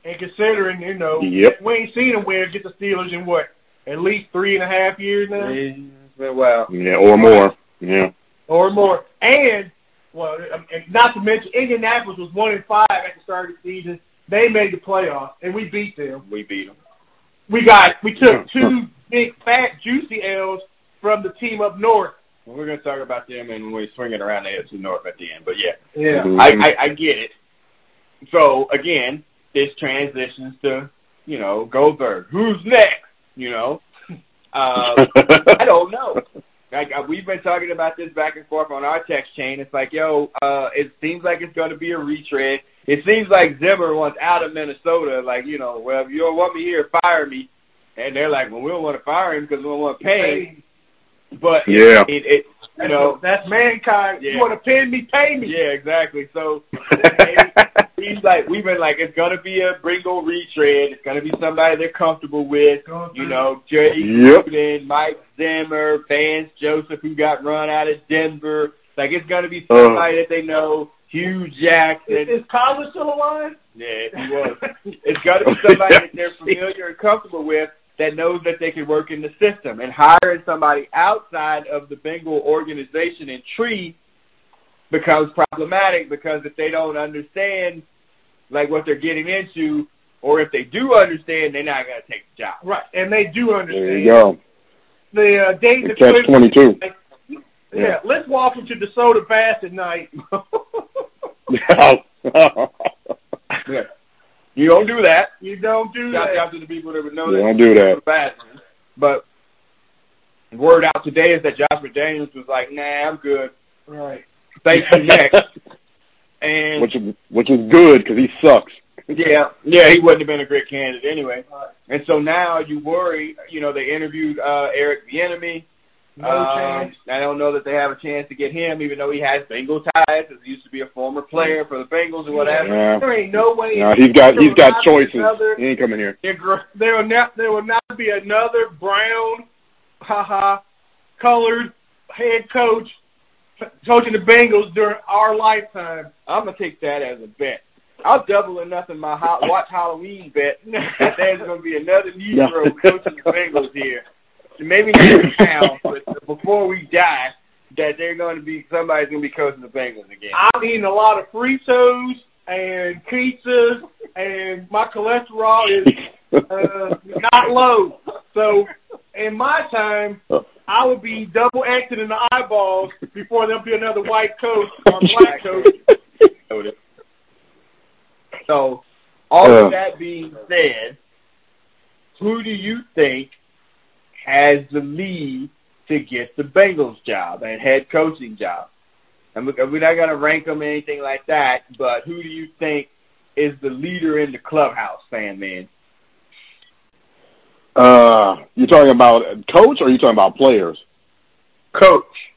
Speaker 3: And considering you know
Speaker 2: Yep.
Speaker 3: we ain't seen him win get the Steelers in what at least three and a half years now.
Speaker 1: It's been a while.
Speaker 2: Yeah, or more. Yeah.
Speaker 3: or more. And well, um, and not to mention Indianapolis was one in five at the start of the season. They made the playoffs, and we beat them.
Speaker 1: We beat them.
Speaker 3: We got we took two big fat juicy L's from the team up north.
Speaker 1: Well, we're gonna talk about them and we swing it around the AFC North at the end. But yeah,
Speaker 3: Yeah,
Speaker 1: I, I, I get it. So again, this transitions to you know Goldberg. Who's next? You know, (laughs) uh, I don't know. Like uh, we've been talking about this back and forth on our text chain. It's like, yo, uh, it seems like it's going to be a retread. It seems like Zimmer wants out of Minnesota. Like, you know, well, if you don't want me here, fire me. And they're like, well, we don't want to fire him because we don't want to pay. him. But
Speaker 2: yeah. (laughs)
Speaker 1: it, it, you know,
Speaker 3: that's mankind.
Speaker 1: Yeah.
Speaker 3: You want to pin me, pay me.
Speaker 1: yeah, exactly. So he's like, we've been like, it's gonna be a Bringle retread. It's gonna be somebody they're comfortable with.
Speaker 3: Going
Speaker 1: You
Speaker 3: through-
Speaker 1: know, Jay
Speaker 2: Yep.
Speaker 1: Gruden, Mike Zimmer, Vance Joseph, who got run out of Denver. Like, it's gonna be
Speaker 2: Uh.
Speaker 1: somebody that they know. Hugh
Speaker 3: is,
Speaker 1: Jackson.
Speaker 3: is Cosler still alive?
Speaker 1: Yeah, if he was. It's got to be somebody that they're familiar and comfortable with that knows that they can work in the system. And hiring somebody outside of the Bengal organization and tree becomes problematic because if they don't understand like what they're getting into, or if they do understand, they're not going to take the job.
Speaker 3: (laughs) right, and they do understand.
Speaker 2: There you go.
Speaker 3: The uh, days
Speaker 2: The
Speaker 3: of
Speaker 2: catch
Speaker 3: Clemson-
Speaker 2: twenty-two.
Speaker 1: (laughs)
Speaker 3: Yeah. let's walk into DeSoto Bass at night.
Speaker 2: Oh. yeah,
Speaker 1: Yeah. You don't do that.
Speaker 3: (laughs) you don't do
Speaker 1: Shout
Speaker 3: that.
Speaker 1: out to the people that would know that.
Speaker 2: don't do that.
Speaker 1: fast. But word out today is that Josh McDaniels was like, "Nah, I'm good.
Speaker 3: Right.
Speaker 1: Thank
Speaker 2: (laughs)
Speaker 1: you next." And
Speaker 2: which which is good because he sucks.
Speaker 1: Yeah, yeah, he wouldn't have been a great candidate anyway.
Speaker 3: Right.
Speaker 1: And so now you worry, you know, they interviewed uh, Eric Bieniemy.
Speaker 3: No
Speaker 1: Um,
Speaker 3: chance.
Speaker 1: I don't know that they have a chance to get him, even though he has Bengal ties, because he used to be a former player for the Bengals and whatever.
Speaker 2: Yeah.
Speaker 3: There ain't no way.
Speaker 2: No, he's got he's got
Speaker 3: There will not be
Speaker 2: choices.
Speaker 3: another-
Speaker 2: He ain't coming here.
Speaker 1: They're gr-
Speaker 3: There will not. There will not be another brown, haha, colored head coach coaching the Bengals during our lifetime.
Speaker 1: I'm gonna take that as a bet. I'll double or nothing my hot watch Halloween bet (laughs) that there's gonna be another Negro
Speaker 2: Yeah.
Speaker 1: coaching the Bengals here. Maybe not now, but before we die, that they're gonna be somebody's gonna be coaching the Bengals again.
Speaker 3: I'm eating a lot of fritos and pizzas, and my
Speaker 2: (laughs)
Speaker 3: cholesterol is uh, not low. So in my time, I would be double acting in the eyeballs before there'll be another white coach or
Speaker 2: (laughs)
Speaker 3: black coach.
Speaker 1: So, all
Speaker 2: Yeah.
Speaker 1: of that being said, who do you think has the lead to get the Bengals job and head coaching job? And we- we're not going to rank them or anything like that, but who do you think is the leader in the clubhouse, fan man?
Speaker 2: Uh, you talking about coach or you talking about players?
Speaker 1: Coach.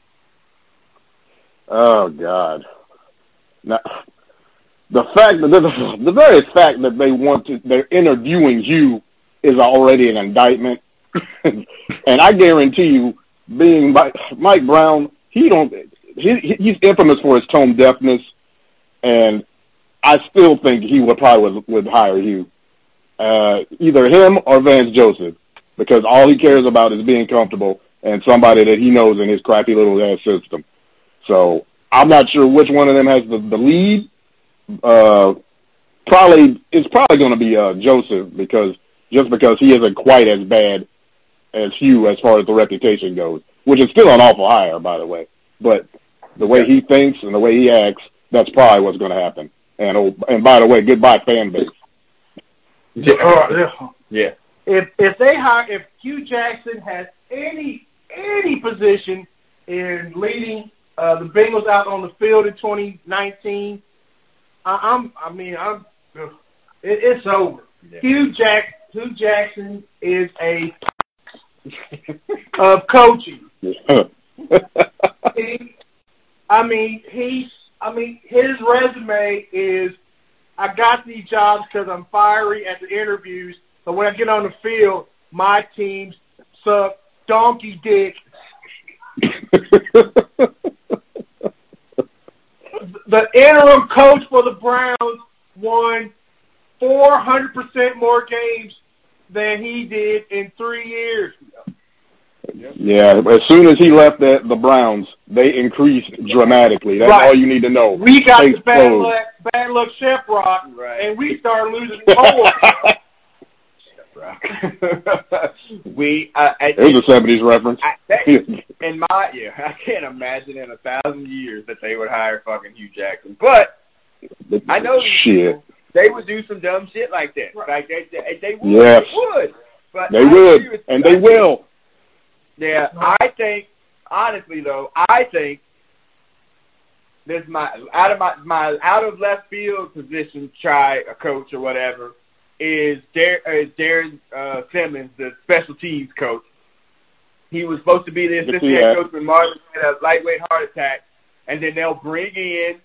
Speaker 2: Oh God! Now, the fact that the, the very fact that they want to they're interviewing you is already an indictment, (laughs) and I guarantee you, being Mike, Mike Brown, he don't he he- he's infamous for his tone deafness, and I still think he would probably would, would hire you, uh, either him or Vance Joseph, because all he cares about is being comfortable and somebody that he knows in his crappy little ass system. So I'm not sure which one of them has the, the lead. Uh, probably it's probably going to be uh, Joseph because just because he isn't quite as bad as Hugh as far as the reputation goes, which is still an awful hire, by the way. But the way he thinks and the way he acts, that's probably what's going to happen. And oh, and by the way, goodbye fan base.
Speaker 3: Uh,
Speaker 1: Yeah.
Speaker 3: If if they hire if Hugh Jackson has any any position in leading uh, the Bengals out on the field in 2019, I, I'm I mean I'm uh, it, it's over.
Speaker 1: Yeah.
Speaker 3: Hugh Jack Hugh Jackson is a of coaching.
Speaker 2: (laughs)
Speaker 3: He, I mean he's I mean his resume is I got these jobs because I'm fiery at the interviews, but when I get on the field, my teams suck donkey dick. The interim coach for the Browns won 400% more games than he did in three years.
Speaker 2: yeah, as soon as he left the, the Browns, they increased dramatically. That's
Speaker 3: Right.
Speaker 2: all you need to know.
Speaker 3: We got
Speaker 2: They
Speaker 3: the bad
Speaker 2: explode.
Speaker 3: luck, bad luck chef rock,
Speaker 1: Right.
Speaker 3: and we started losing
Speaker 2: (laughs)
Speaker 3: more.
Speaker 1: (laughs) we, uh, I,
Speaker 2: It was a seventies reference.
Speaker 1: I, that,
Speaker 2: (laughs) yeah,
Speaker 1: in my year, (laughs) I can't imagine in a thousand years that they would hire fucking Hugh Jackson. But I know these
Speaker 2: Shit,
Speaker 1: people, they would do some dumb shit like that.
Speaker 3: Right.
Speaker 1: Like they, they, they would.
Speaker 2: Yes.
Speaker 1: They would. But
Speaker 2: they
Speaker 1: I
Speaker 2: would,
Speaker 1: agree with you.
Speaker 2: and they will.
Speaker 1: Yeah, I think honestly though, I think this my out of my my out of left field position try a coach or whatever is Dar- is Darren uh, Simmons, the special teams coach. He was supposed to be the assistant
Speaker 2: Yeah.
Speaker 1: head coach when Marvin had a lightweight heart attack, and then they'll bring in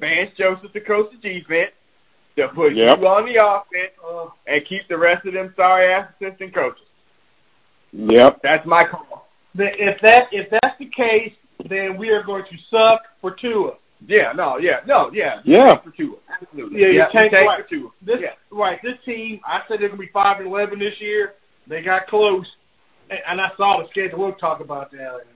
Speaker 1: Vance Joseph to coach the defense. They'll put
Speaker 2: Yep.
Speaker 1: you on the offense
Speaker 3: Uh,
Speaker 1: and keep the rest of them sorry ass assistant coaches.
Speaker 2: Yep.
Speaker 1: That's my call.
Speaker 3: that- if that if that's the case, then we are going to suck for Tua.
Speaker 1: Yeah, no, yeah, no, yeah.
Speaker 2: Yeah.
Speaker 1: For Tua. Absolutely.
Speaker 3: Yeah, you can't
Speaker 1: tank
Speaker 3: collect.
Speaker 1: for Tua.
Speaker 3: This
Speaker 1: Yeah.
Speaker 3: right, this team. I said they're gonna be five and eleven this year. They got close, and, and I saw the schedule. We'll talk about that. Later.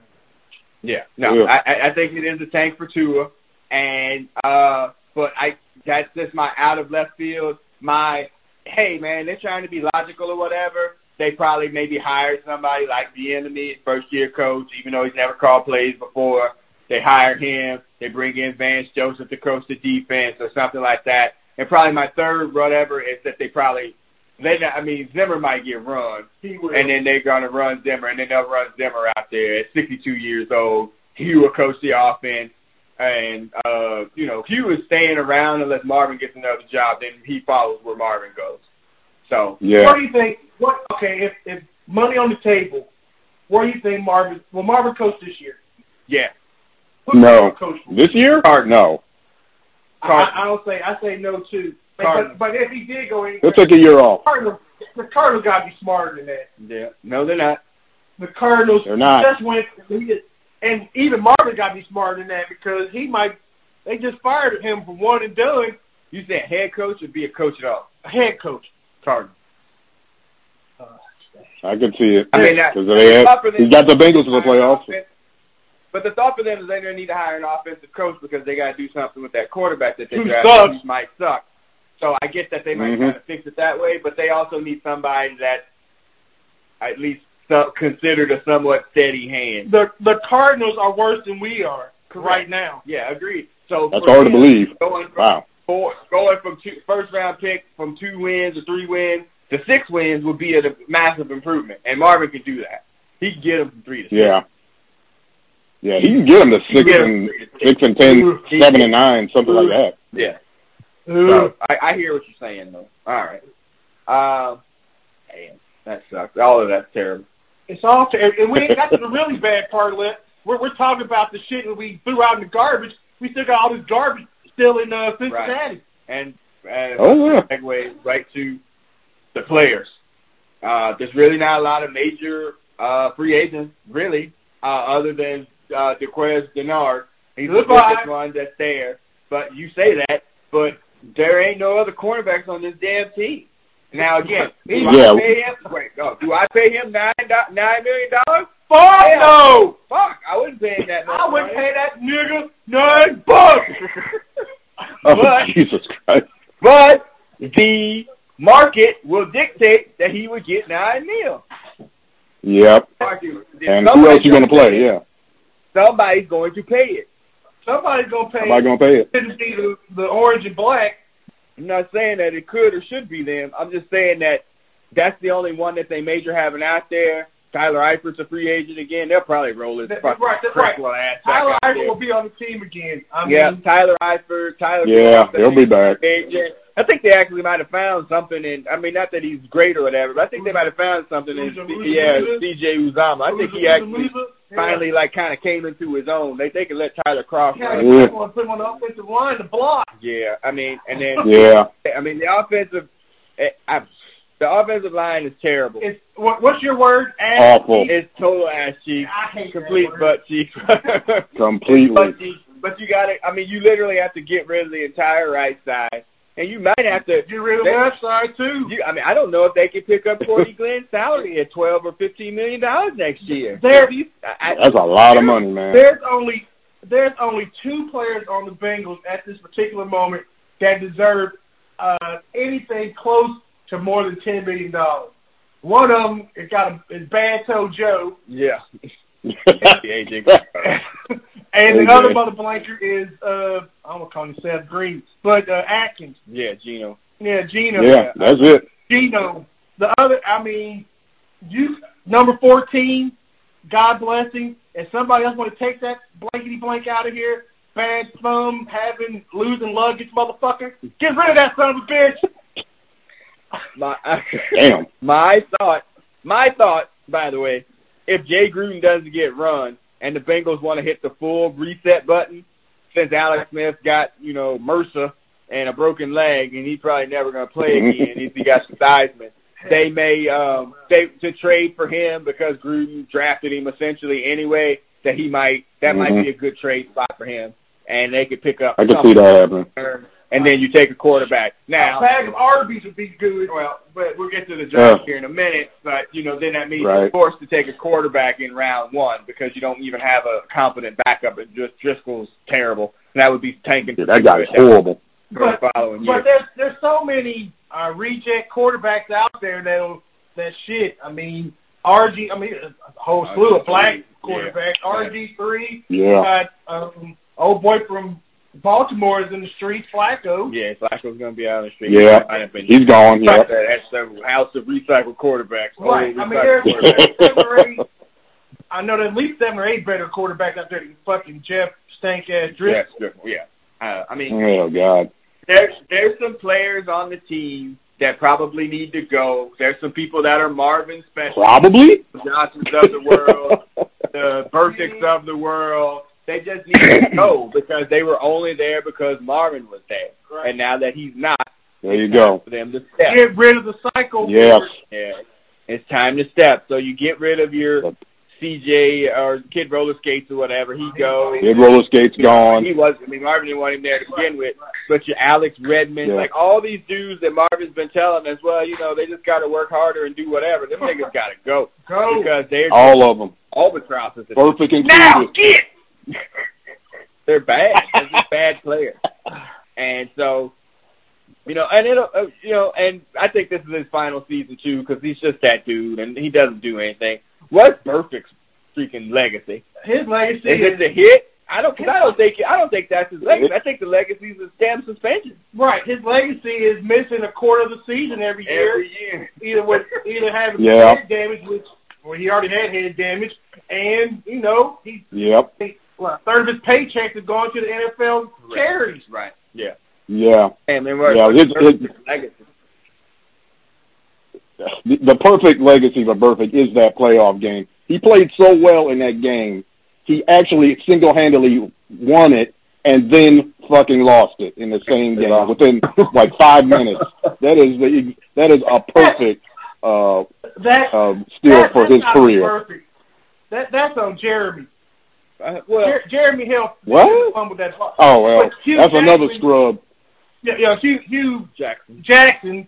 Speaker 1: Yeah. No,
Speaker 2: Yeah.
Speaker 1: I- I, I think it is a tank for Tua. And uh but I that's just my out of left field, my hey man, they're trying to be logical or whatever. They probably maybe hired somebody like the enemy, first year coach, even though he's never called plays before. They hire him, they bring in Vance Joseph to coach the defense or something like that. And probably my third whatever is that they probably they not- I mean Zimmer might get run
Speaker 3: He will.
Speaker 1: and then they're going to run Zimmer, and then they'll run Zimmer out there at 62 years old. Hugh will coach the offense, and uh, you know Hugh is staying around unless Marvin gets another job. Then he follows where Marvin goes. So
Speaker 3: What
Speaker 2: Yeah.
Speaker 3: do you think? What? Okay, if if money on the table, where do you think Marvin? Will Marvin coach this year?
Speaker 1: yeah,
Speaker 3: Who's
Speaker 2: No.
Speaker 3: Marvin coach? for?
Speaker 2: This year? No.
Speaker 3: I, I don't say. I say no too.
Speaker 1: Cardinals.
Speaker 3: But, but if he did go anywhere,
Speaker 2: He'll take a year off.
Speaker 3: Cardinal, the Cardinals got to be smarter than that.
Speaker 1: yeah. No, they're not.
Speaker 3: The Cardinals
Speaker 2: They're not.
Speaker 3: just went, and even Marvin got to be smarter than that because he might. They just fired him for one and done.
Speaker 1: You said head coach would be a coach at all.
Speaker 3: head coach.
Speaker 1: Cardinal.
Speaker 2: I can see it.
Speaker 1: I mean, that-
Speaker 2: because they have,
Speaker 1: up for them.
Speaker 2: he got the Bengals in the playoffs.
Speaker 1: But the thought for them is they're going to need to hire an offensive coach because they got to do something with that quarterback that they
Speaker 3: Who
Speaker 1: drafted,
Speaker 3: sucks.
Speaker 1: which might suck. So I get that they might
Speaker 2: Mhm.
Speaker 1: kind of fix it that way, but they also need somebody that at least some, considered a somewhat steady hand.
Speaker 3: The the Cardinals are worse than we are right now.
Speaker 1: Yeah, agreed. So
Speaker 2: That's
Speaker 1: for
Speaker 2: hard to
Speaker 1: him,
Speaker 2: believe.
Speaker 1: Going from
Speaker 2: Wow.
Speaker 1: four, going from two, first round pick from two wins or three wins to six wins would be a massive improvement, and Marvin could do that. He could get him from three to six.
Speaker 2: Yeah. Yeah, he can get him to six
Speaker 1: Yeah.
Speaker 2: and six and ten, seven and nine, something like that.
Speaker 1: Yeah.
Speaker 3: Ugh.
Speaker 1: So I, I hear what you're saying though. All right. Um, damn, that sucks. All of that's terrible.
Speaker 3: It's all ter- and- and we ain't got to the really bad part of it. We're we're talking about the shit that we threw out in the garbage. We still got all this garbage still in uh, Cincinnati.
Speaker 1: And uh,
Speaker 2: Oh yeah.
Speaker 1: segue right to the players. Uh, there's really not a lot of major uh, free agents, really, uh, other than uh, DeQuez Denard. He's the
Speaker 3: Goodbye.
Speaker 1: biggest one that's there. But you say that, but there ain't no other cornerbacks on this damn team. Now again, do
Speaker 2: Yeah.
Speaker 1: I pay him? Wait, no, do I pay him nine do- nine million dollars?
Speaker 3: Fuck
Speaker 1: Yeah.
Speaker 3: no!
Speaker 1: Fuck, I wouldn't pay him that much.
Speaker 3: I would
Speaker 1: money.
Speaker 3: pay that nigga nine bucks.
Speaker 1: (laughs)
Speaker 2: Oh
Speaker 1: But-
Speaker 2: Jesus Christ.
Speaker 1: But the market will dictate that he would get nine mil.
Speaker 2: Yep. And who else you gonna play? Yeah.
Speaker 1: Somebody's going to pay it.
Speaker 3: Somebody's gonna pay.
Speaker 2: Am I gonna pay it?
Speaker 3: Shouldn't be the, the orange and black.
Speaker 1: I'm not saying that it could or should be them. I'm just saying that that's the only one that they major having out there. Tyler Eifert's a free agent again. They'll probably roll his
Speaker 3: That's
Speaker 1: fucking
Speaker 3: right, that's right.
Speaker 1: crippled ass back
Speaker 3: Tyler
Speaker 1: out
Speaker 3: Eifert
Speaker 1: there.
Speaker 3: will be on the team again. I mean,
Speaker 1: Yeah, Tyler Eifert, Tyler.
Speaker 2: Yeah,
Speaker 1: Gilbert,
Speaker 2: they'll be back.
Speaker 1: agent. I think they actually might have found something, and I mean, not that he's great or whatever, but I think they might have found something in
Speaker 3: Who's- who's-
Speaker 1: yeah,
Speaker 3: who's-
Speaker 1: CJ Uzama. I think he
Speaker 3: Loser,
Speaker 1: actually
Speaker 3: loser. Yeah.
Speaker 1: finally like kind of came into his own. They they could let Tyler Croft.
Speaker 3: Yeah,
Speaker 1: run.
Speaker 2: Yeah.
Speaker 3: you want to put him on the offensive line to block.
Speaker 1: Yeah, I mean, and then
Speaker 2: Yeah.
Speaker 1: I mean the offensive, eh, I, the offensive line is terrible.
Speaker 3: It's what, what's your word? Ass
Speaker 2: Awful.
Speaker 3: cheek?
Speaker 1: It's total ass cheeks,
Speaker 3: I hate that
Speaker 1: complete
Speaker 3: word.
Speaker 1: butt cheeks. (laughs)
Speaker 2: Completely.
Speaker 1: but, you, but you got to I mean, you literally have to get rid of the entire right side, and you might have to.
Speaker 3: Get rid of
Speaker 1: They-
Speaker 3: left side too.
Speaker 1: You, I mean, I don't know if they could pick up Cordy Glenn's salary at twelve or fifteen million dollars next year.
Speaker 3: There-
Speaker 1: I, I,
Speaker 2: That's a lot of money, man.
Speaker 3: There's only there's only two players on the Bengals at this particular moment that deserve uh, anything close to more than ten million dollars. One of them has got a, is Bad Toe Joe, (laughs)
Speaker 1: yeah,
Speaker 3: and the
Speaker 2: Okay.
Speaker 3: other mother blanker is uh, I don't call him Seth Green, but uh, Atkins.
Speaker 1: yeah, Gino.
Speaker 3: Yeah,
Speaker 2: (laughs)
Speaker 3: Gino.
Speaker 2: Yeah, that's it.
Speaker 3: Gino. The other, I mean, you number fourteen. God bless him. And somebody else want to take that blankety blank out of here. Bad thumb, having losing luggage, motherfucker. Get rid of that son of a bitch.
Speaker 1: My (laughs)
Speaker 2: Damn.
Speaker 1: my thought, my thought. By the way, if Jay Gruden doesn't get run and the Bengals want to hit the full reset button, since Alex Smith got you know MRSA and a broken leg and he's probably never going to play again, if he got some seismic. They may um, they to trade for him because Gruden drafted him essentially anyway. That he might that might
Speaker 2: Mhm.
Speaker 1: be a good trade spot for him, and they could pick up.
Speaker 2: I can see that happening.
Speaker 1: something, And then you take a quarterback now.
Speaker 3: a bag of Arby's would be good.
Speaker 1: Well, but we'll get to the draft
Speaker 2: Yeah.
Speaker 1: here in a minute. But you know, then that means you're
Speaker 2: Right.
Speaker 1: forced to take a quarterback in round one because you don't even have a competent backup. And just Driscoll's terrible, and that would be tanking.
Speaker 2: Yeah, that guy is horrible.
Speaker 1: for the following year.
Speaker 3: But there's there's so many uh, reject quarterbacks out there that that shit. I mean, RG. I mean, a whole slew of black quarterbacks. RG three.
Speaker 2: Yeah.
Speaker 3: got um, old boy from Baltimore is in the streets, Flacco.
Speaker 1: yeah, Flacco's going to be out on the street.
Speaker 2: Yeah.
Speaker 1: I have been.
Speaker 2: He's gone, yeah.
Speaker 1: That- That's the house of recycled quarterbacks.
Speaker 3: Right.
Speaker 1: Only
Speaker 3: I mean,
Speaker 1: recycled
Speaker 3: there's
Speaker 2: (laughs)
Speaker 1: quarterbacks. (laughs)
Speaker 3: there's seven or eight. I know there's at least seven or eight better quarterbacks out there than fucking Jeff Stank ass
Speaker 1: Yes,
Speaker 3: Driscoll.
Speaker 1: yeah. Uh, I mean,
Speaker 2: Oh God.
Speaker 1: there's there's some players on the team that probably need to go. There's some people that are Marvin special.
Speaker 2: Probably? (laughs)
Speaker 1: Johnsons of the world, the Burficts of the world. They just need to go because they were only there because Marvin was there.
Speaker 3: Right.
Speaker 1: And now that he's not,
Speaker 2: There you go.
Speaker 1: for them to step.
Speaker 3: Get rid of the cycle.
Speaker 2: Yes.
Speaker 1: Yeah. It's time to step. So you get rid of your CJ or Kid Roller Skates or whatever. He goes.
Speaker 2: Head roller skates
Speaker 1: He
Speaker 2: gone.
Speaker 1: was. I mean, Marvin didn't want him there to begin with. But your Alex Redmond,
Speaker 2: Yeah.
Speaker 1: like all these dudes that Marvin's been telling us, well, you know, they just got to work harder and do whatever. Them niggas got to go
Speaker 3: Go.
Speaker 1: because they're
Speaker 2: All of them.
Speaker 1: albatrosses. at
Speaker 2: Perfect and
Speaker 3: Now get.
Speaker 1: They're bad. They're just bad players. And so, you know, and it'll, uh, you know, and I think this is his final season too because he's just that dude and he doesn't do anything. What's Burfict's freaking legacy?
Speaker 3: His legacy
Speaker 1: Is it
Speaker 3: is
Speaker 1: the hit? I don't. Cause I don't think. I don't think that's his legacy. I think the legacy is his damn suspension
Speaker 3: right. His legacy is missing a quarter of the season every year,
Speaker 1: every year.
Speaker 3: either with either having
Speaker 2: Yeah.
Speaker 3: head damage, which well he already had head damage, and you know he
Speaker 2: Yep.
Speaker 3: what, a third of his paycheck has gone to the NFL charities.
Speaker 1: Right. Yeah.
Speaker 2: Yeah.
Speaker 1: And then what-
Speaker 2: Yeah, his-
Speaker 1: Burfict's
Speaker 2: his-
Speaker 1: legacy.
Speaker 2: The, the perfect legacy for Burfict is that playoff game. He played so well in that game. He actually single-handedly won it and then fucking lost it in the same
Speaker 1: They
Speaker 2: game
Speaker 1: lost.
Speaker 2: within like five minutes. That is the that is a perfect uh,
Speaker 3: That,
Speaker 2: uh, steal
Speaker 3: that
Speaker 2: for
Speaker 3: that's
Speaker 2: his
Speaker 3: not
Speaker 2: career.
Speaker 3: Perfect. That that's on Jeremy.
Speaker 1: Uh, well,
Speaker 3: Jer- Jeremy Hill
Speaker 2: What?
Speaker 3: fumbled that ball.
Speaker 2: Oh well,
Speaker 3: But Hugh
Speaker 2: that's another
Speaker 3: Jackman-
Speaker 2: scrub.
Speaker 3: Yeah, yeah, Hugh, Hugh
Speaker 1: Jackson.
Speaker 3: Jackson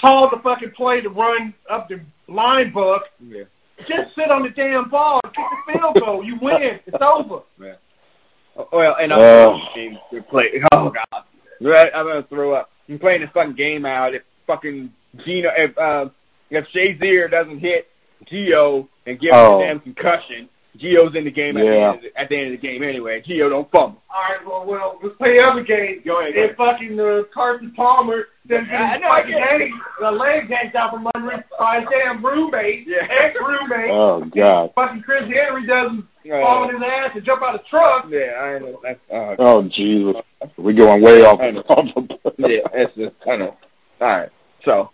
Speaker 3: called the fucking play to run up the line buck.
Speaker 1: Yeah.
Speaker 3: Just sit on the damn ball, kick the field goal. You win. It's over.
Speaker 1: Oh, Well, and I'm
Speaker 2: Oh.
Speaker 1: game to play. (laughs) Oh god, Right, I'm gonna throw up. I'm playing this fucking game out. If fucking Gino, if uh, if Shazier doesn't hit Geo and give
Speaker 2: Oh.
Speaker 1: him a damn concussion, Geo's in the game at, the
Speaker 2: Yeah.
Speaker 1: end of the, at the end of the game anyway. Geo don't fumble.
Speaker 3: All right, well, well, let's play the other game.
Speaker 1: Go ahead. Go
Speaker 3: And
Speaker 1: ahead.
Speaker 3: fucking uh, Carson Palmer, then
Speaker 1: I
Speaker 3: his
Speaker 1: know, I
Speaker 3: fucking
Speaker 1: get it.
Speaker 3: leg, the leg hangs out from under his uh, damn roommate,
Speaker 1: Yeah.
Speaker 3: ex-roommate.
Speaker 2: Oh god.
Speaker 3: Fucking Chris Henry doesn't
Speaker 1: Uh,
Speaker 3: fall on his ass and jump out of the truck.
Speaker 1: yeah, I know. That's, uh,
Speaker 2: Oh Jesus, we're going way off.
Speaker 1: I know.
Speaker 2: off the-
Speaker 1: yeah, that's just I know. All right, so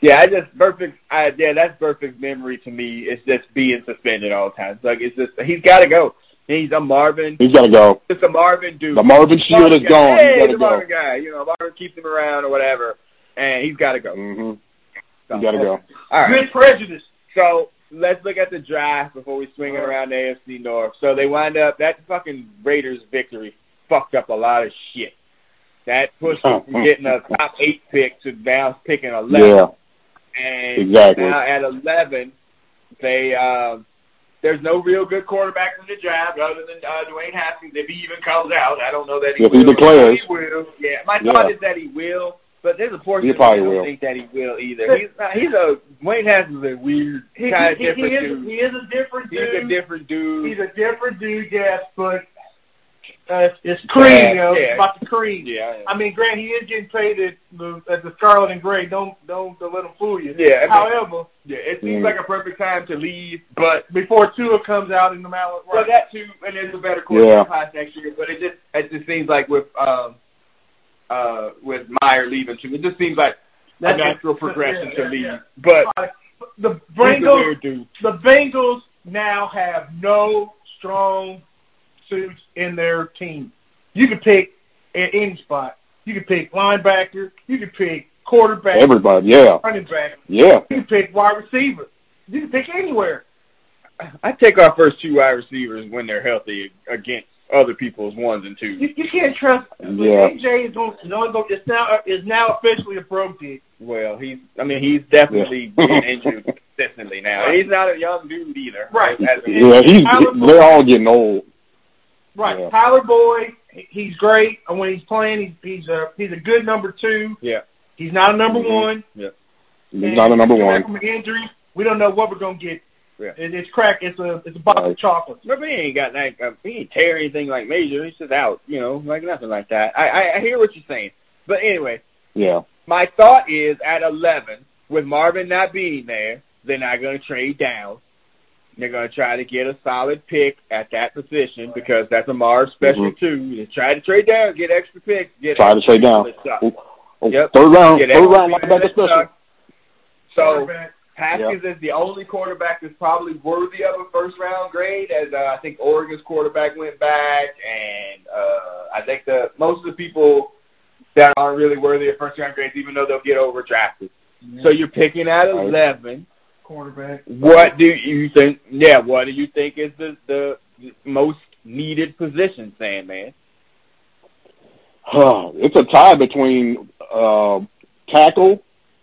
Speaker 1: yeah, I just perfect. I yeah, that's perfect memory to me. It's just being suspended all the time. It's like it's just he's got to go. He's a Marvin.
Speaker 2: He's gotta go.
Speaker 1: It's a Marvin dude.
Speaker 2: The Marvin Shield
Speaker 1: Marvin
Speaker 2: is
Speaker 1: guy.
Speaker 2: gone.
Speaker 1: Hey,
Speaker 2: He's
Speaker 1: the
Speaker 2: gotta
Speaker 1: Marvin guy. You know, Marvin keeps him around or whatever, and he's got to
Speaker 2: go.
Speaker 1: go.
Speaker 2: hmm
Speaker 1: So,
Speaker 2: You gotta go.
Speaker 1: All right.
Speaker 3: Good prejudice.
Speaker 1: So let's look at the draft before we swing it around the AFC North. So they wind up that fucking Raiders victory fucked up a lot of shit. That pushed them from getting a top eight pick to now picking eleven.
Speaker 2: Yeah.
Speaker 1: And
Speaker 2: Exactly.
Speaker 1: now at eleven, they um there's no real good quarterback in the draft other than uh, Dwayne Haskins. If he even comes out, I don't know that he
Speaker 2: If
Speaker 1: will.
Speaker 2: he declares.
Speaker 1: He will. Yeah, my thought
Speaker 2: Yeah.
Speaker 1: is that he will, but there's a portion
Speaker 2: He
Speaker 1: of me that
Speaker 2: probably
Speaker 1: don't
Speaker 2: will.
Speaker 1: think that he will either. He's not, he's a Dwayne Haskins is a weird
Speaker 3: He,
Speaker 1: kind
Speaker 3: he,
Speaker 1: of
Speaker 3: he,
Speaker 1: different
Speaker 3: is,
Speaker 1: dude.
Speaker 3: he is a different
Speaker 1: he's
Speaker 3: dude.
Speaker 1: a different dude.
Speaker 3: He's a different dude, yes, but uh, it's Creed, you know,
Speaker 1: Yeah.
Speaker 3: it's about the Creed.
Speaker 1: yeah,
Speaker 3: I mean, Grant, he is getting paid at the, at the Scarlet and Gray. Don't don't, don't let him fool you.
Speaker 1: Yeah, I mean-
Speaker 3: However,
Speaker 1: yeah. It seems
Speaker 2: Mm.
Speaker 1: like a perfect time to leave, but
Speaker 3: before Tua comes out in the mallet,
Speaker 1: Well,
Speaker 3: right?
Speaker 1: that too, and there's a better quarterback class next year. But it just it just seems like with um uh with Meyer leaving too, it just seems like
Speaker 3: That's
Speaker 1: a natural
Speaker 3: it.
Speaker 1: progression
Speaker 3: Yeah,
Speaker 1: to
Speaker 3: yeah,
Speaker 1: leave.
Speaker 3: yeah.
Speaker 1: But
Speaker 3: the
Speaker 1: he's a
Speaker 3: Bengals,
Speaker 1: weird dude.
Speaker 3: the Bengals now have no strong suits in their team. You could pick at any spot. You could pick linebacker. You could pick quarterback,
Speaker 2: Everybody. Yeah.
Speaker 3: running back.
Speaker 2: Yeah.
Speaker 3: You could pick wide receiver. You could pick anywhere.
Speaker 1: I take our first two wide receivers when they're healthy against other people's ones and twos.
Speaker 3: You, you can't trust.
Speaker 2: Yeah.
Speaker 3: AJ is going. Is only going. It's now. Is now officially a pro kid.
Speaker 1: Well, he's I mean he's definitely
Speaker 2: Yeah.
Speaker 1: been injured consistently now. And he's not a young dude either.
Speaker 3: Right.
Speaker 1: As-
Speaker 2: Yeah. He's.
Speaker 3: Tyler-
Speaker 2: They're all getting old.
Speaker 3: Right.
Speaker 2: Yeah.
Speaker 3: Tyler Boyd. he- He's great. And when he's playing, he, he's a he's a good number two.
Speaker 1: Yeah.
Speaker 3: He's not a number
Speaker 2: Mhm.
Speaker 3: one.
Speaker 2: He's not a number
Speaker 3: Come back
Speaker 2: one.
Speaker 3: From an injury, we don't know what we're gonna get.
Speaker 1: Yeah.
Speaker 3: It, it's crack. It's a it's a box
Speaker 2: Right.
Speaker 3: of chocolates.
Speaker 1: But he ain't got like uh, he ain't tear anything like major. He's just out, you know, like nothing like that. I I, I hear what you're saying, but anyway,
Speaker 2: Yeah.
Speaker 1: My thought is at 11, with Marvin not being there, they're not going to trade down. They're going to try to get a solid pick at that position because that's a Marv special too. They try to trade down, get extra picks, get
Speaker 2: Mm-hmm. Try to trade down.
Speaker 1: extra people that suck.
Speaker 2: Oh,
Speaker 1: Yep.
Speaker 2: Third round.
Speaker 1: Get
Speaker 2: Third
Speaker 1: extra
Speaker 2: round
Speaker 1: people that
Speaker 2: linebacker special.
Speaker 1: suck. So
Speaker 3: Quarterback.
Speaker 1: Haskins is the only quarterback that's probably worthy of a first round grade, as uh, I think Oregon's quarterback went back, and uh, I think the most of the people that aren't really worthy of first round grades, even though they'll get overdrafted. So you're picking at
Speaker 2: Mm-hmm. Right.
Speaker 1: eleven.
Speaker 3: quarterback.
Speaker 1: What do you think? Yeah, what do you think is the the most needed position, Sandman?
Speaker 2: Huh. It's a tie between uh, tackle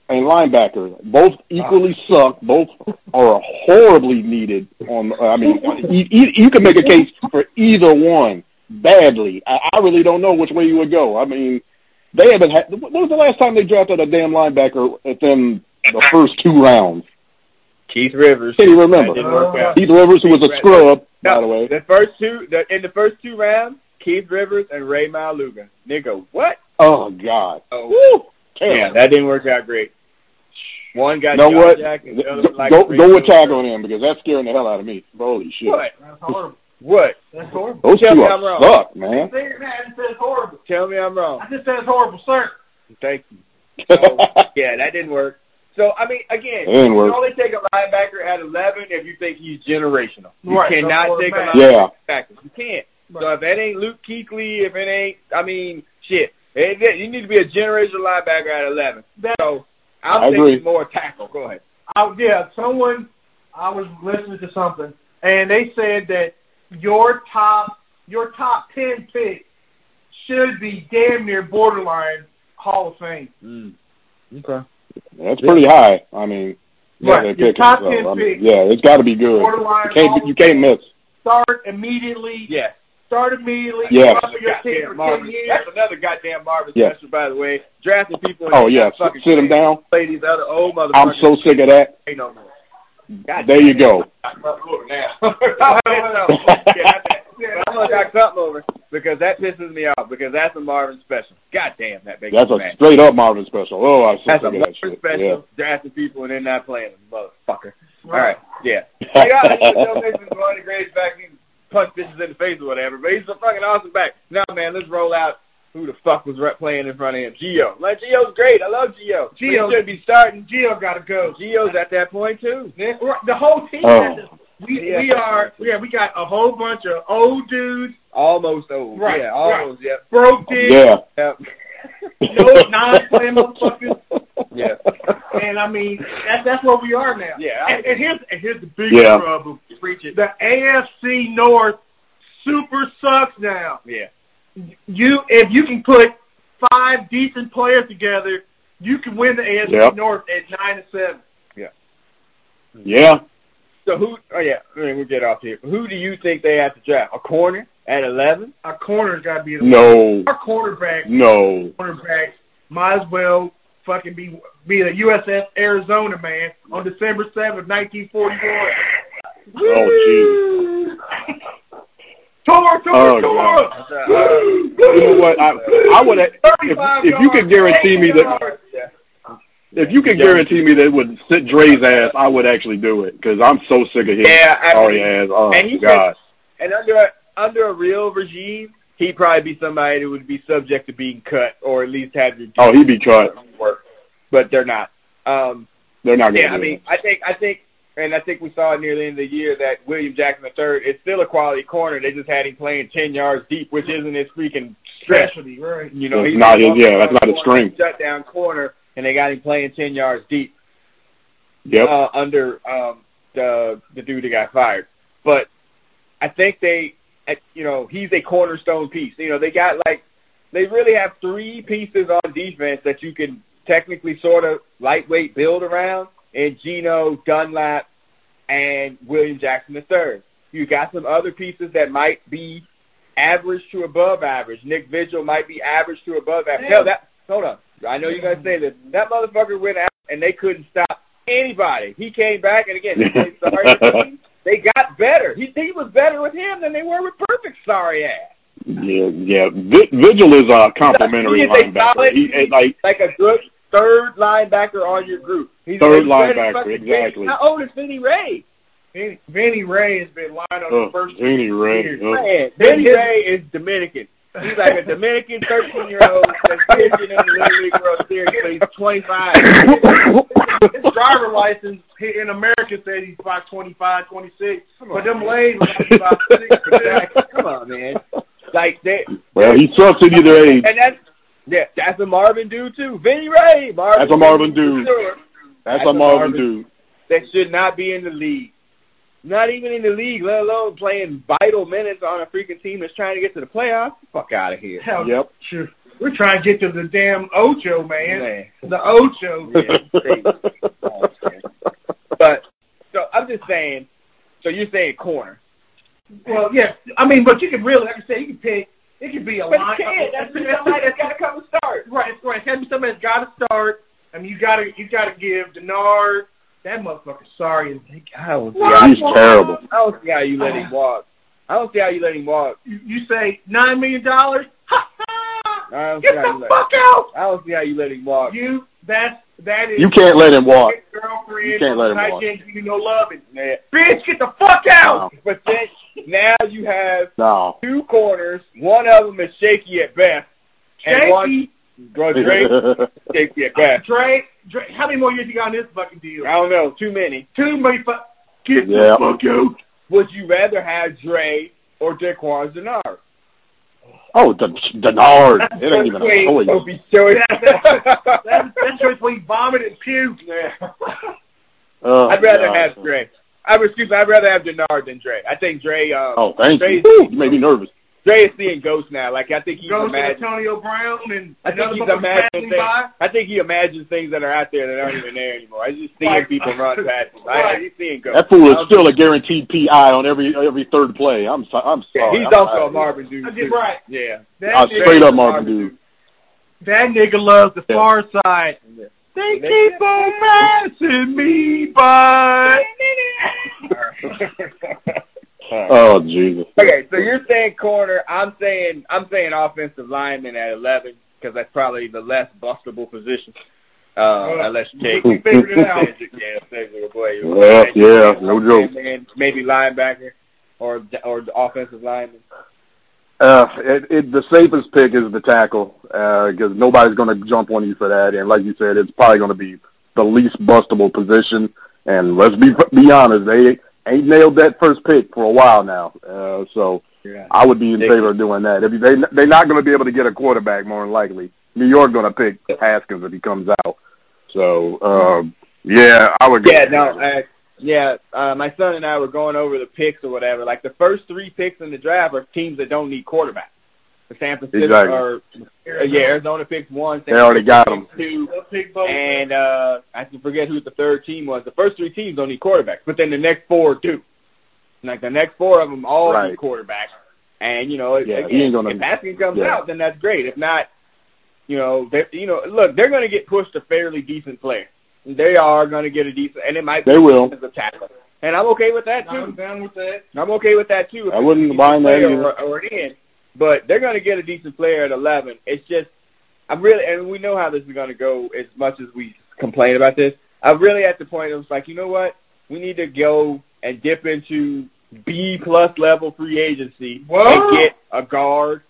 Speaker 2: and linebacker. Both equally
Speaker 1: Ah.
Speaker 2: suck. Both are horribly needed. On I mean, you, you, you can make a case for either one badly. I, I really don't know which way you would go. I mean, they haven't had. When was the last time they drafted a damn linebacker within the first two rounds?
Speaker 1: Keith Rivers.
Speaker 2: Can you remember?
Speaker 1: That didn't work out.
Speaker 2: Keith Rivers was a screw up, Uh-huh.
Speaker 1: No,
Speaker 2: by the way.
Speaker 1: the first two the, in the first two rounds, Keith Rivers and Ray Maluga. Nigga, what?
Speaker 2: Oh God.
Speaker 1: Oh,
Speaker 2: Woo!
Speaker 1: yeah, that didn't work out great. One got
Speaker 2: You know what?
Speaker 1: carjacked and the other was like
Speaker 2: Go,
Speaker 1: three
Speaker 2: go
Speaker 1: years
Speaker 2: attack
Speaker 1: old.
Speaker 2: on him because that's scaring the hell out of me. Holy shit.
Speaker 1: What?
Speaker 3: That's horrible.
Speaker 1: What?
Speaker 3: That's horrible.
Speaker 2: Those
Speaker 1: Tell
Speaker 2: two
Speaker 1: me I'm wrong.
Speaker 2: are suck,
Speaker 3: Man,
Speaker 2: man.
Speaker 3: I just said it's horrible.
Speaker 1: Tell me I'm wrong.
Speaker 3: I just said it's horrible, sir.
Speaker 1: Thank you.
Speaker 2: (laughs)
Speaker 1: Oh, yeah, that didn't work. So I mean, again,
Speaker 2: It didn't
Speaker 1: you can
Speaker 2: work.
Speaker 1: only take a linebacker at eleven if you think he's generational. You
Speaker 3: Right,
Speaker 1: cannot
Speaker 3: that's
Speaker 1: take a
Speaker 3: what I'm
Speaker 1: linebacker.
Speaker 2: yeah.
Speaker 1: at You can't. So
Speaker 3: Right.
Speaker 1: if that ain't Luke Kuechly, if it ain't, I mean, shit, it, it- you need to be a generational linebacker at eleven.
Speaker 3: That-
Speaker 1: So I'm
Speaker 2: I
Speaker 1: thinking
Speaker 2: agree.
Speaker 1: more tackle. Go ahead.
Speaker 3: I, yeah, someone I was listening to something, and they said that your top your top ten pick should be damn near borderline Hall of Fame.
Speaker 1: Mm. Okay.
Speaker 2: That's pretty high. I mean, yeah,
Speaker 3: Right,
Speaker 2: they
Speaker 3: your
Speaker 2: pick
Speaker 3: top
Speaker 2: him, so,
Speaker 3: ten
Speaker 2: I mean,
Speaker 3: pick.
Speaker 2: yeah, it's got to be good.
Speaker 3: Borderline
Speaker 2: You can't,
Speaker 3: Hall
Speaker 2: be- you
Speaker 3: of
Speaker 2: can't
Speaker 3: Fame.
Speaker 2: miss.
Speaker 3: Start immediately.
Speaker 1: Yeah.
Speaker 3: Start immediately.
Speaker 2: Yeah.
Speaker 3: Run for your team
Speaker 1: Goddamn
Speaker 3: for
Speaker 1: Marvin.
Speaker 3: ten years.
Speaker 1: That's another goddamn Marvin
Speaker 2: Yeah.
Speaker 1: special, by the way. Drafting people. and
Speaker 2: Oh
Speaker 1: they
Speaker 2: yeah,
Speaker 1: not fucking
Speaker 2: sit him
Speaker 1: playing.
Speaker 2: down.
Speaker 1: Play these other old motherfuckers.
Speaker 2: I'm so sick of that.
Speaker 1: Ain't no more.
Speaker 2: There you go.
Speaker 1: knock something over now. (laughs) I
Speaker 2: (laughs)
Speaker 1: am gonna knock something over because that pisses me off because that's a Marvin special. God damn that big
Speaker 2: That's a
Speaker 1: man.
Speaker 2: straight up Marvin special. Oh, I'm so
Speaker 1: That's a
Speaker 2: sick of that
Speaker 1: Marvin
Speaker 2: shit.
Speaker 1: special.
Speaker 2: Yeah.
Speaker 1: Drafting people and then not playing them, motherfucker. All
Speaker 3: Right.
Speaker 1: right, yeah. Like, I used to tell
Speaker 2: (laughs)
Speaker 1: bitches going to grades back and punch bitches in the face or whatever, but he's a fucking awesome back. Now, man, let's roll out who the fuck was re- playing in front of him. Gio. Like, Gio's great. I love Gio. But
Speaker 3: Gio-
Speaker 1: He should be starting.
Speaker 3: Gio got to go.
Speaker 1: Gio's at that point, too.
Speaker 3: Man, we're- The whole team.
Speaker 2: Oh.
Speaker 3: has to- We we
Speaker 1: Yeah.
Speaker 3: are yeah we got a whole bunch of old dudes,
Speaker 1: Almost old.
Speaker 3: Right,
Speaker 1: Yeah, almost, yep.
Speaker 3: broke dudes,
Speaker 2: Yeah.
Speaker 3: (laughs)
Speaker 1: Yep.
Speaker 3: no non-playing motherfuckers.
Speaker 1: Yeah.
Speaker 3: And I mean, that, that's where we are now.
Speaker 1: Yeah.
Speaker 3: And, and here's and here's the biggest
Speaker 2: Yeah.
Speaker 3: problem. The AFC North super sucks now.
Speaker 1: Yeah.
Speaker 3: You if you can put five decent players together, you can win the AFC
Speaker 2: Yep.
Speaker 3: North at nine and seven.
Speaker 2: (laughs) Yeah.
Speaker 1: So who? Oh yeah, I mean, we'll get off here. Who do you think they have to draft? A corner at eleven?
Speaker 3: Our corner's got to be the
Speaker 2: No.
Speaker 3: our quarterback.
Speaker 2: No.
Speaker 3: Cornerbacks might as well fucking be be the USF Arizona man on December seventh, nineteen forty (laughs) one.
Speaker 2: Oh,
Speaker 3: jeez. Tor,
Speaker 2: Oh,
Speaker 3: Tor, Tor.
Speaker 2: God.
Speaker 1: Uh,
Speaker 3: You
Speaker 2: You know what? I I would if, if you could guarantee me that
Speaker 1: Yeah.
Speaker 2: if you could
Speaker 1: Yeah.
Speaker 2: guarantee me that would sit Dre's ass, I would actually do it because I'm so sick of him.
Speaker 1: Yeah, I
Speaker 2: sorry
Speaker 1: mean,
Speaker 2: ass. Oh
Speaker 1: and he
Speaker 2: God.
Speaker 1: And under a, under a real regime, he'd probably be somebody that would be subject to being cut or at least have your
Speaker 2: oh, he'd be cut.
Speaker 1: work. But they're not. Um,
Speaker 2: They're not gonna.
Speaker 1: yeah,
Speaker 2: do
Speaker 1: I
Speaker 2: it.
Speaker 1: mean, I think I think, and I think we saw it near the end of the year that William Jackson III is still a quality corner. They just had him playing ten yards deep, which isn't his freaking stretch.
Speaker 3: specialty, right?
Speaker 1: You know,
Speaker 2: That's
Speaker 1: he's
Speaker 2: not his- yeah, that's not his
Speaker 1: corner,
Speaker 2: strength.
Speaker 1: Shut down corner, and they got him playing ten yards deep
Speaker 2: yep.
Speaker 1: uh, under um, the the dude that got fired. But I think they, I- you know, he's a cornerstone piece. You know, they got like they really have three pieces on defense that you can technically sort of lightweight build around, and Gino Dunlap and William Jackson III. You got some other pieces that might be average to above average. Nick Vigil might be average to above average. No, that hold on. I know you're gonna say this. That motherfucker went out and they couldn't stop anybody. He came back and
Speaker 2: (laughs)
Speaker 1: again they played sorry. team. They got better. He he was better with him than they were with perfect sorry ass.
Speaker 2: yeah. Yeah. Vi- Vigil is a complimentary
Speaker 1: He is a
Speaker 2: linebacker.
Speaker 1: solid-
Speaker 2: He, eh, like
Speaker 1: Like a good third linebacker on your group. He's
Speaker 2: Third
Speaker 1: he's better than
Speaker 2: linebacker,
Speaker 1: fucking Vinny.
Speaker 2: exactly.
Speaker 1: How old is Vinny Ray?
Speaker 3: Vinny, Vinny Ray has been lying on the
Speaker 2: uh,
Speaker 3: first
Speaker 2: Vinny Ray.
Speaker 3: years.
Speaker 2: Uh,
Speaker 1: Man, Vinny Ray is Dominican. He's (laughs) like a Dominican 13 year old that's pitching in the Little League World Series, but he's 25.
Speaker 2: Oh.
Speaker 3: His driver license he- in America said he's about 25, 26, but them lanes was about
Speaker 1: (laughs)
Speaker 3: six.
Speaker 1: Exactly. Come on, man. Like that,
Speaker 2: (laughs) well, he sucks at either age.
Speaker 1: and that's yeah, that's a Marvin dude too. Vinny Ray, Marvin.
Speaker 2: That's a Marvin dude.
Speaker 1: for Sure.
Speaker 2: That's,
Speaker 1: That's
Speaker 2: a
Speaker 1: a
Speaker 2: Marvin
Speaker 1: Marvin.
Speaker 2: dude.
Speaker 1: That should not be in the league. Not even in the league, let alone playing vital minutes on a freaking team that's trying to get to the playoffs. Fuck out of here,
Speaker 3: Hell,
Speaker 2: Yep.
Speaker 3: sure. We're trying to get to the damn Ocho, man.
Speaker 1: man.
Speaker 3: The Ocho.
Speaker 2: (laughs)
Speaker 1: But so I'm just saying. So you're saying corner.
Speaker 3: Well, yeah. I mean, but you can really, like I said, you can pick. It could be a
Speaker 1: But
Speaker 3: line.
Speaker 1: it can't.
Speaker 3: (laughs)
Speaker 1: That's somebody that's got to come and start.
Speaker 3: Right, right. It's got to be somebody that's got to start. I mean, you got to you got to give Denard, That motherfucker sorry as I was.
Speaker 2: Yeah, he's terrible.
Speaker 1: I don't see how you let him walk. I don't see how you let him walk.
Speaker 3: You, you say nine million dollars? Ha ha!
Speaker 1: I don't
Speaker 3: Get
Speaker 1: see how you
Speaker 3: the
Speaker 1: let.
Speaker 3: fuck out!
Speaker 1: I don't see how you let him walk.
Speaker 3: You that's that is
Speaker 2: You can't let him walk.
Speaker 3: your girlfriend.
Speaker 2: you can't let him
Speaker 3: I
Speaker 2: walk.
Speaker 3: can't give you no loving.
Speaker 1: Man.
Speaker 3: Bitch, get the fuck out!
Speaker 1: But then now you have
Speaker 2: No.
Speaker 1: two corners. One of them is shaky at best, and one
Speaker 3: Shaky,
Speaker 2: (laughs)
Speaker 1: Drake shaky at best.
Speaker 3: Drake, Drake. uh, How many more years you got on this fucking deal?
Speaker 1: I don't know, too many.
Speaker 3: Two million. Fu- get
Speaker 2: Yeah.
Speaker 3: the fuck out!
Speaker 1: Would you rather have Dre or Daquan Zanard?
Speaker 2: oh, D- Denard. It ain't even a
Speaker 1: Between
Speaker 2: choice.
Speaker 1: Sophie Stewart-
Speaker 3: That's that's just when you vomit and puke. (laughs)
Speaker 2: Oh,
Speaker 1: I'd rather
Speaker 2: God.
Speaker 1: have Dre. I would- excuse me. I'd rather have Denard than Dre. I think Dre. Um,
Speaker 2: Oh, thank you.
Speaker 1: Crazy.
Speaker 2: Whew, you made me nervous.
Speaker 1: Dre is seeing ghosts now. Like I think he's
Speaker 3: Goes to
Speaker 1: imagining.
Speaker 3: Antonio Brown and
Speaker 1: I think
Speaker 3: another
Speaker 1: he's
Speaker 3: motherfucker passing
Speaker 1: imagining things.
Speaker 3: by.
Speaker 1: I think he imagines things that are out there that aren't even there anymore. I just seeing
Speaker 3: Right.
Speaker 1: people run past him. I,
Speaker 3: Right.
Speaker 1: he's seeing ghosts.
Speaker 2: That fool is still a guaranteed PI on every every third play. I'm so, I'm
Speaker 1: Yeah,
Speaker 2: sorry.
Speaker 1: he's
Speaker 2: Oh, I'm
Speaker 1: also
Speaker 2: sorry.
Speaker 1: a Marvin dude.
Speaker 3: I did
Speaker 1: too.
Speaker 3: right.
Speaker 1: Yeah.
Speaker 3: That
Speaker 2: Uh,
Speaker 3: nigga-
Speaker 2: straight up
Speaker 1: Marvin
Speaker 2: Marvin dude.
Speaker 3: That nigga loves the
Speaker 2: Yeah.
Speaker 3: far side.
Speaker 1: Yeah.
Speaker 3: They keep on passing me by.
Speaker 2: Oh Jesus.
Speaker 1: (laughs) okay, so you're saying corner. I'm saying I'm saying offensive lineman at 11 because that's probably the less bustable position. Uh, unless you take
Speaker 3: We figured it out.
Speaker 1: yeah, physical player.
Speaker 2: Yeah, yeah, no joke.
Speaker 1: And maybe linebacker or or the offensive lineman.
Speaker 2: Uh, it, it, the safest pick is the tackle because nobody's going to jump on you for that. And like you said, it's probably going to be the least bustable position. And let's be be honest, they ain't nailed that first pick for a while now. Uh, so
Speaker 1: Yeah.
Speaker 2: I would be in
Speaker 1: They-
Speaker 2: favor of doing that. If they they're not going to be able to get a quarterback, more than likely. New York going to pick Haskins if he comes out. So um, yeah, I would. go
Speaker 1: Mm-hmm. Yeah,
Speaker 2: with
Speaker 1: no,
Speaker 2: that.
Speaker 1: uh, yeah. Uh, my son and I were going over the picks or whatever. Like the first three picks in the draft are teams that don't need quarterbacks. The San Francisco
Speaker 2: Exactly.
Speaker 1: or uh, yeah, Arizona picks one. San
Speaker 2: They already got
Speaker 1: Francisco picks Two,
Speaker 3: They'll pick both.
Speaker 1: and uh, I can forget who the third team was. The first three teams don't need quarterbacks, but then the next four do. Like the next four of them all
Speaker 2: Right.
Speaker 1: need quarterbacks. And you know, if-
Speaker 2: Yeah, he
Speaker 1: again,
Speaker 2: ain't gonna-
Speaker 1: if Haskins comes
Speaker 2: yeah.
Speaker 1: out, then that's great. If not, you know, they you know, look, they're going to get pushed a fairly decent player. They are going to get a decent, and it might
Speaker 2: They
Speaker 1: be
Speaker 2: will.
Speaker 1: as a tackle. And I'm okay with that
Speaker 3: I'm
Speaker 1: too.
Speaker 3: down with that.
Speaker 1: I'm okay with that too. If
Speaker 2: I wouldn't
Speaker 1: it's a
Speaker 2: mind that
Speaker 1: player
Speaker 2: either.
Speaker 1: Or, or an end, but they're going to get a decent player at 11. It's just I'm really, and we know how this is going to go. As much as we complain about this, I'm really at the point. It was like, you know what? We need to go and dip into B plus level free agency
Speaker 3: Whoa.
Speaker 1: and get a guard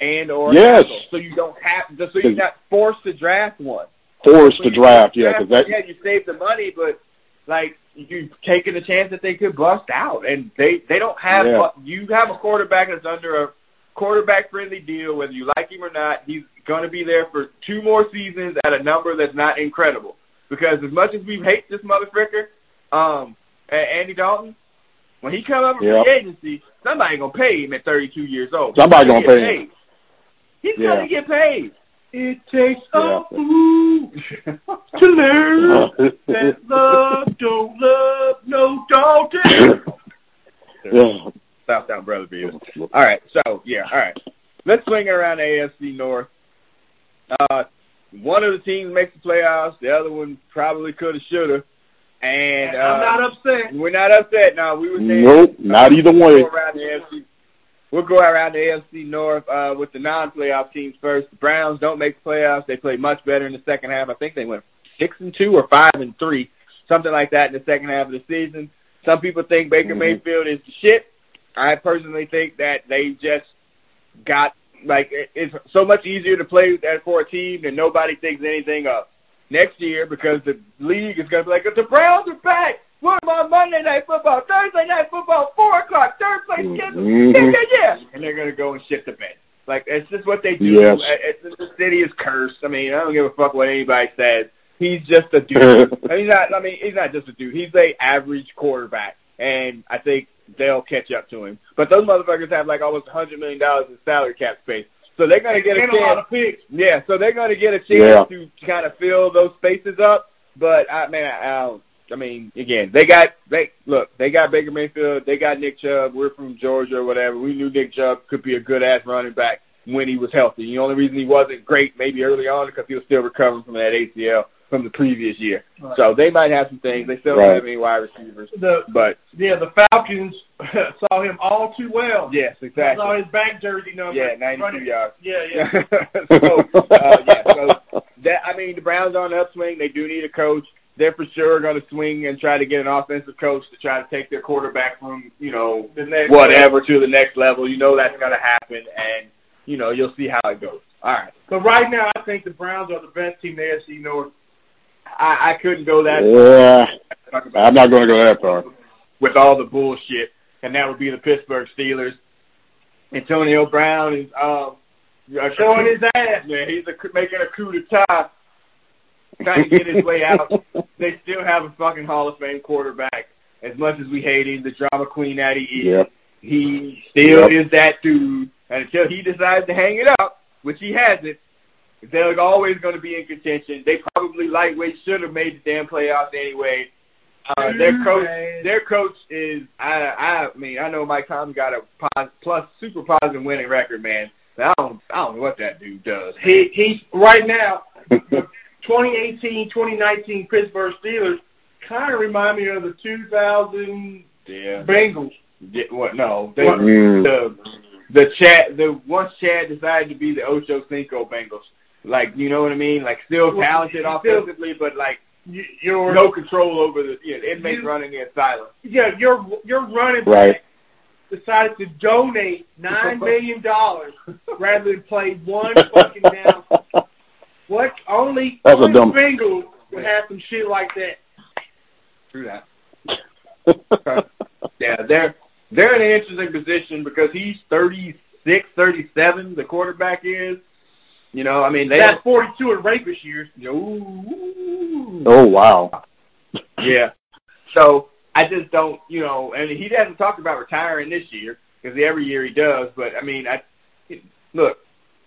Speaker 1: and or a
Speaker 2: Yes.
Speaker 1: tackle, so you don't have to, so you're not forced to draft one.
Speaker 2: Forced to
Speaker 1: When you
Speaker 2: draft, yeah, because that
Speaker 1: yeah, you save the money, but like you've taken a chance that they could bust out, and they they don't have.
Speaker 2: Yeah.
Speaker 1: You have a quarterback that's under a quarterback friendly deal, whether you like him or not. He's going to be there for two more seasons at a number that's not incredible. Because as much as we hate this motherfucker, um, A- Andy Dalton, when he come up in
Speaker 2: Yeah.
Speaker 1: free agency, somebody gonna pay him at 32 years old.
Speaker 2: Somebody
Speaker 1: He's
Speaker 2: gonna
Speaker 1: get
Speaker 2: pay him.
Speaker 1: paid. He's
Speaker 2: Yeah.
Speaker 1: gonna get paid.
Speaker 3: It takes
Speaker 2: Yeah.
Speaker 3: a fool to
Speaker 2: (laughs)
Speaker 3: learn that love don't love no
Speaker 2: (coughs)
Speaker 3: Dalton.
Speaker 2: yeah.
Speaker 1: South Down Brother Beers. All right, so yeah, all right. Let's swing it around the AFC North. Uh, one of the teams makes the playoffs. The other one probably could have, should have. And
Speaker 3: And
Speaker 1: uh,
Speaker 3: I'm not upset.
Speaker 1: we're not upset. No, we were saying
Speaker 2: Nope, not either
Speaker 1: we'll
Speaker 2: way.
Speaker 1: go around the AFC. We'll go around the AFC North uh, with the non-playoff teams first. The Browns don't make the playoffs. They played much better in the second half. I think they went six and two or five and three, something like that in the second half of the season. Some people think Baker
Speaker 2: Mhm.
Speaker 1: Mayfield is the shit. I personally think that they just got like it- it's so much easier to play that for a team that nobody thinks anything of next year because the league is going to be like the Browns are back. What about Monday Night Football, Thursday Night Football, four o'clock, third place schedule? Yeah,
Speaker 2: Mhm.
Speaker 1: yeah, yeah. And they're going to go and shit the bed. Like it's just what they do. Uh,
Speaker 2: Yes.
Speaker 1: It's, it's, the city is cursed. I mean, I don't give a fuck what anybody says. He's just a dude. And he's not. I mean, he's not just a dude. He's a average quarterback, and I think they'll catch up to him. But those motherfuckers have like almost a hundred million dollars in salary cap space, so they're gonna get a
Speaker 3: And a lot
Speaker 1: chance.
Speaker 3: of picks.
Speaker 1: Yeah, so they're gonna get a chance
Speaker 2: Yeah.
Speaker 1: to kind of fill those spaces up. But I mean, I, I, don't- I mean, again, they got they look, they got Baker Mayfield, they got Nick Chubb. We're from Georgia or whatever. We knew Nick Chubb could be a good ass running back when he was healthy. The only reason he wasn't great maybe early on because he was still recovering from that ACL. from the previous year.
Speaker 3: Right.
Speaker 1: So they might have some things. They still
Speaker 2: Right.
Speaker 1: don't have any wide receivers,
Speaker 3: the
Speaker 1: but
Speaker 3: yeah, the Falcons (laughs) saw him all too well.
Speaker 1: yes,
Speaker 3: I saw
Speaker 1: exactly.
Speaker 3: his back jersey number.
Speaker 1: Yeah, 92
Speaker 3: running.
Speaker 1: yards.
Speaker 3: (laughs)
Speaker 1: (laughs)
Speaker 3: Yeah, yeah.
Speaker 1: so uh, yeah, so that I mean the Browns are on the upswing. They do need a coach. They're for sure going to swing and try to get an offensive coach to try to take their quarterback from you know
Speaker 3: The next-
Speaker 1: whatever to the next level. You know that's going to happen, and you know you'll see how it goes. All right,
Speaker 3: But right now, I think the Browns are the best team in the AFC North.
Speaker 1: I, I couldn't go that
Speaker 2: (laughs) Yeah,
Speaker 1: talk about
Speaker 2: I'm not going to go
Speaker 1: (laughs)
Speaker 2: that far.
Speaker 1: with all the bullshit, and that would be the Pittsburgh Steelers. Antonio Brown is um, showing his ass, man. He's a, making a coup d'etat, trying to get his way out. They still have a fucking Hall of Fame quarterback. As much as we hate him, the drama queen that he is, (laughs)
Speaker 2: Yeah,
Speaker 1: he still
Speaker 2: Yep.
Speaker 1: is that dude. And until he decides to hang it up, which he hasn't, they're always going to be in contention. They probably lightweight should have made the damn playoffs anyway. Uh, their coach, their coach is I I mean I know Mike Tom got a pos, plus super positive winning record, man. But I don't I don't know what that dude does.
Speaker 3: He he's right now. the 2018, 2019 Pittsburgh Steelers kind of remind me of the 2000
Speaker 1: Yeah.
Speaker 3: Bengals.
Speaker 1: Yeah, what? No. They,
Speaker 3: What?
Speaker 2: Mm.
Speaker 1: the the Chad the once Chad decided to be the Ocho Cinco Bengals. Like you know what I mean? Like still
Speaker 3: Well,
Speaker 1: talented
Speaker 3: still-
Speaker 1: offensively, but like
Speaker 3: You, you're
Speaker 1: no control over the you know, inmates
Speaker 3: You-
Speaker 1: running in silence.
Speaker 3: yeah, your your running back
Speaker 2: Right.
Speaker 3: decided to donate
Speaker 1: (laughs)
Speaker 3: nine million dollars rather than play
Speaker 2: (laughs)
Speaker 3: one fucking down. What only
Speaker 2: That's a
Speaker 3: only
Speaker 2: dumb-
Speaker 3: Bengals would have some shit like that.
Speaker 1: True that. Yeah, they're they're in an interesting position because he's thirty six, thirty seven. The quarterback is, you know, I mean they.
Speaker 3: That's 42 in rapist years.
Speaker 1: Ooh.
Speaker 2: oh wow.
Speaker 1: Yeah. So I just don't, you know, and he hasn't talked about retiring this year because every year he does. But I mean, I look,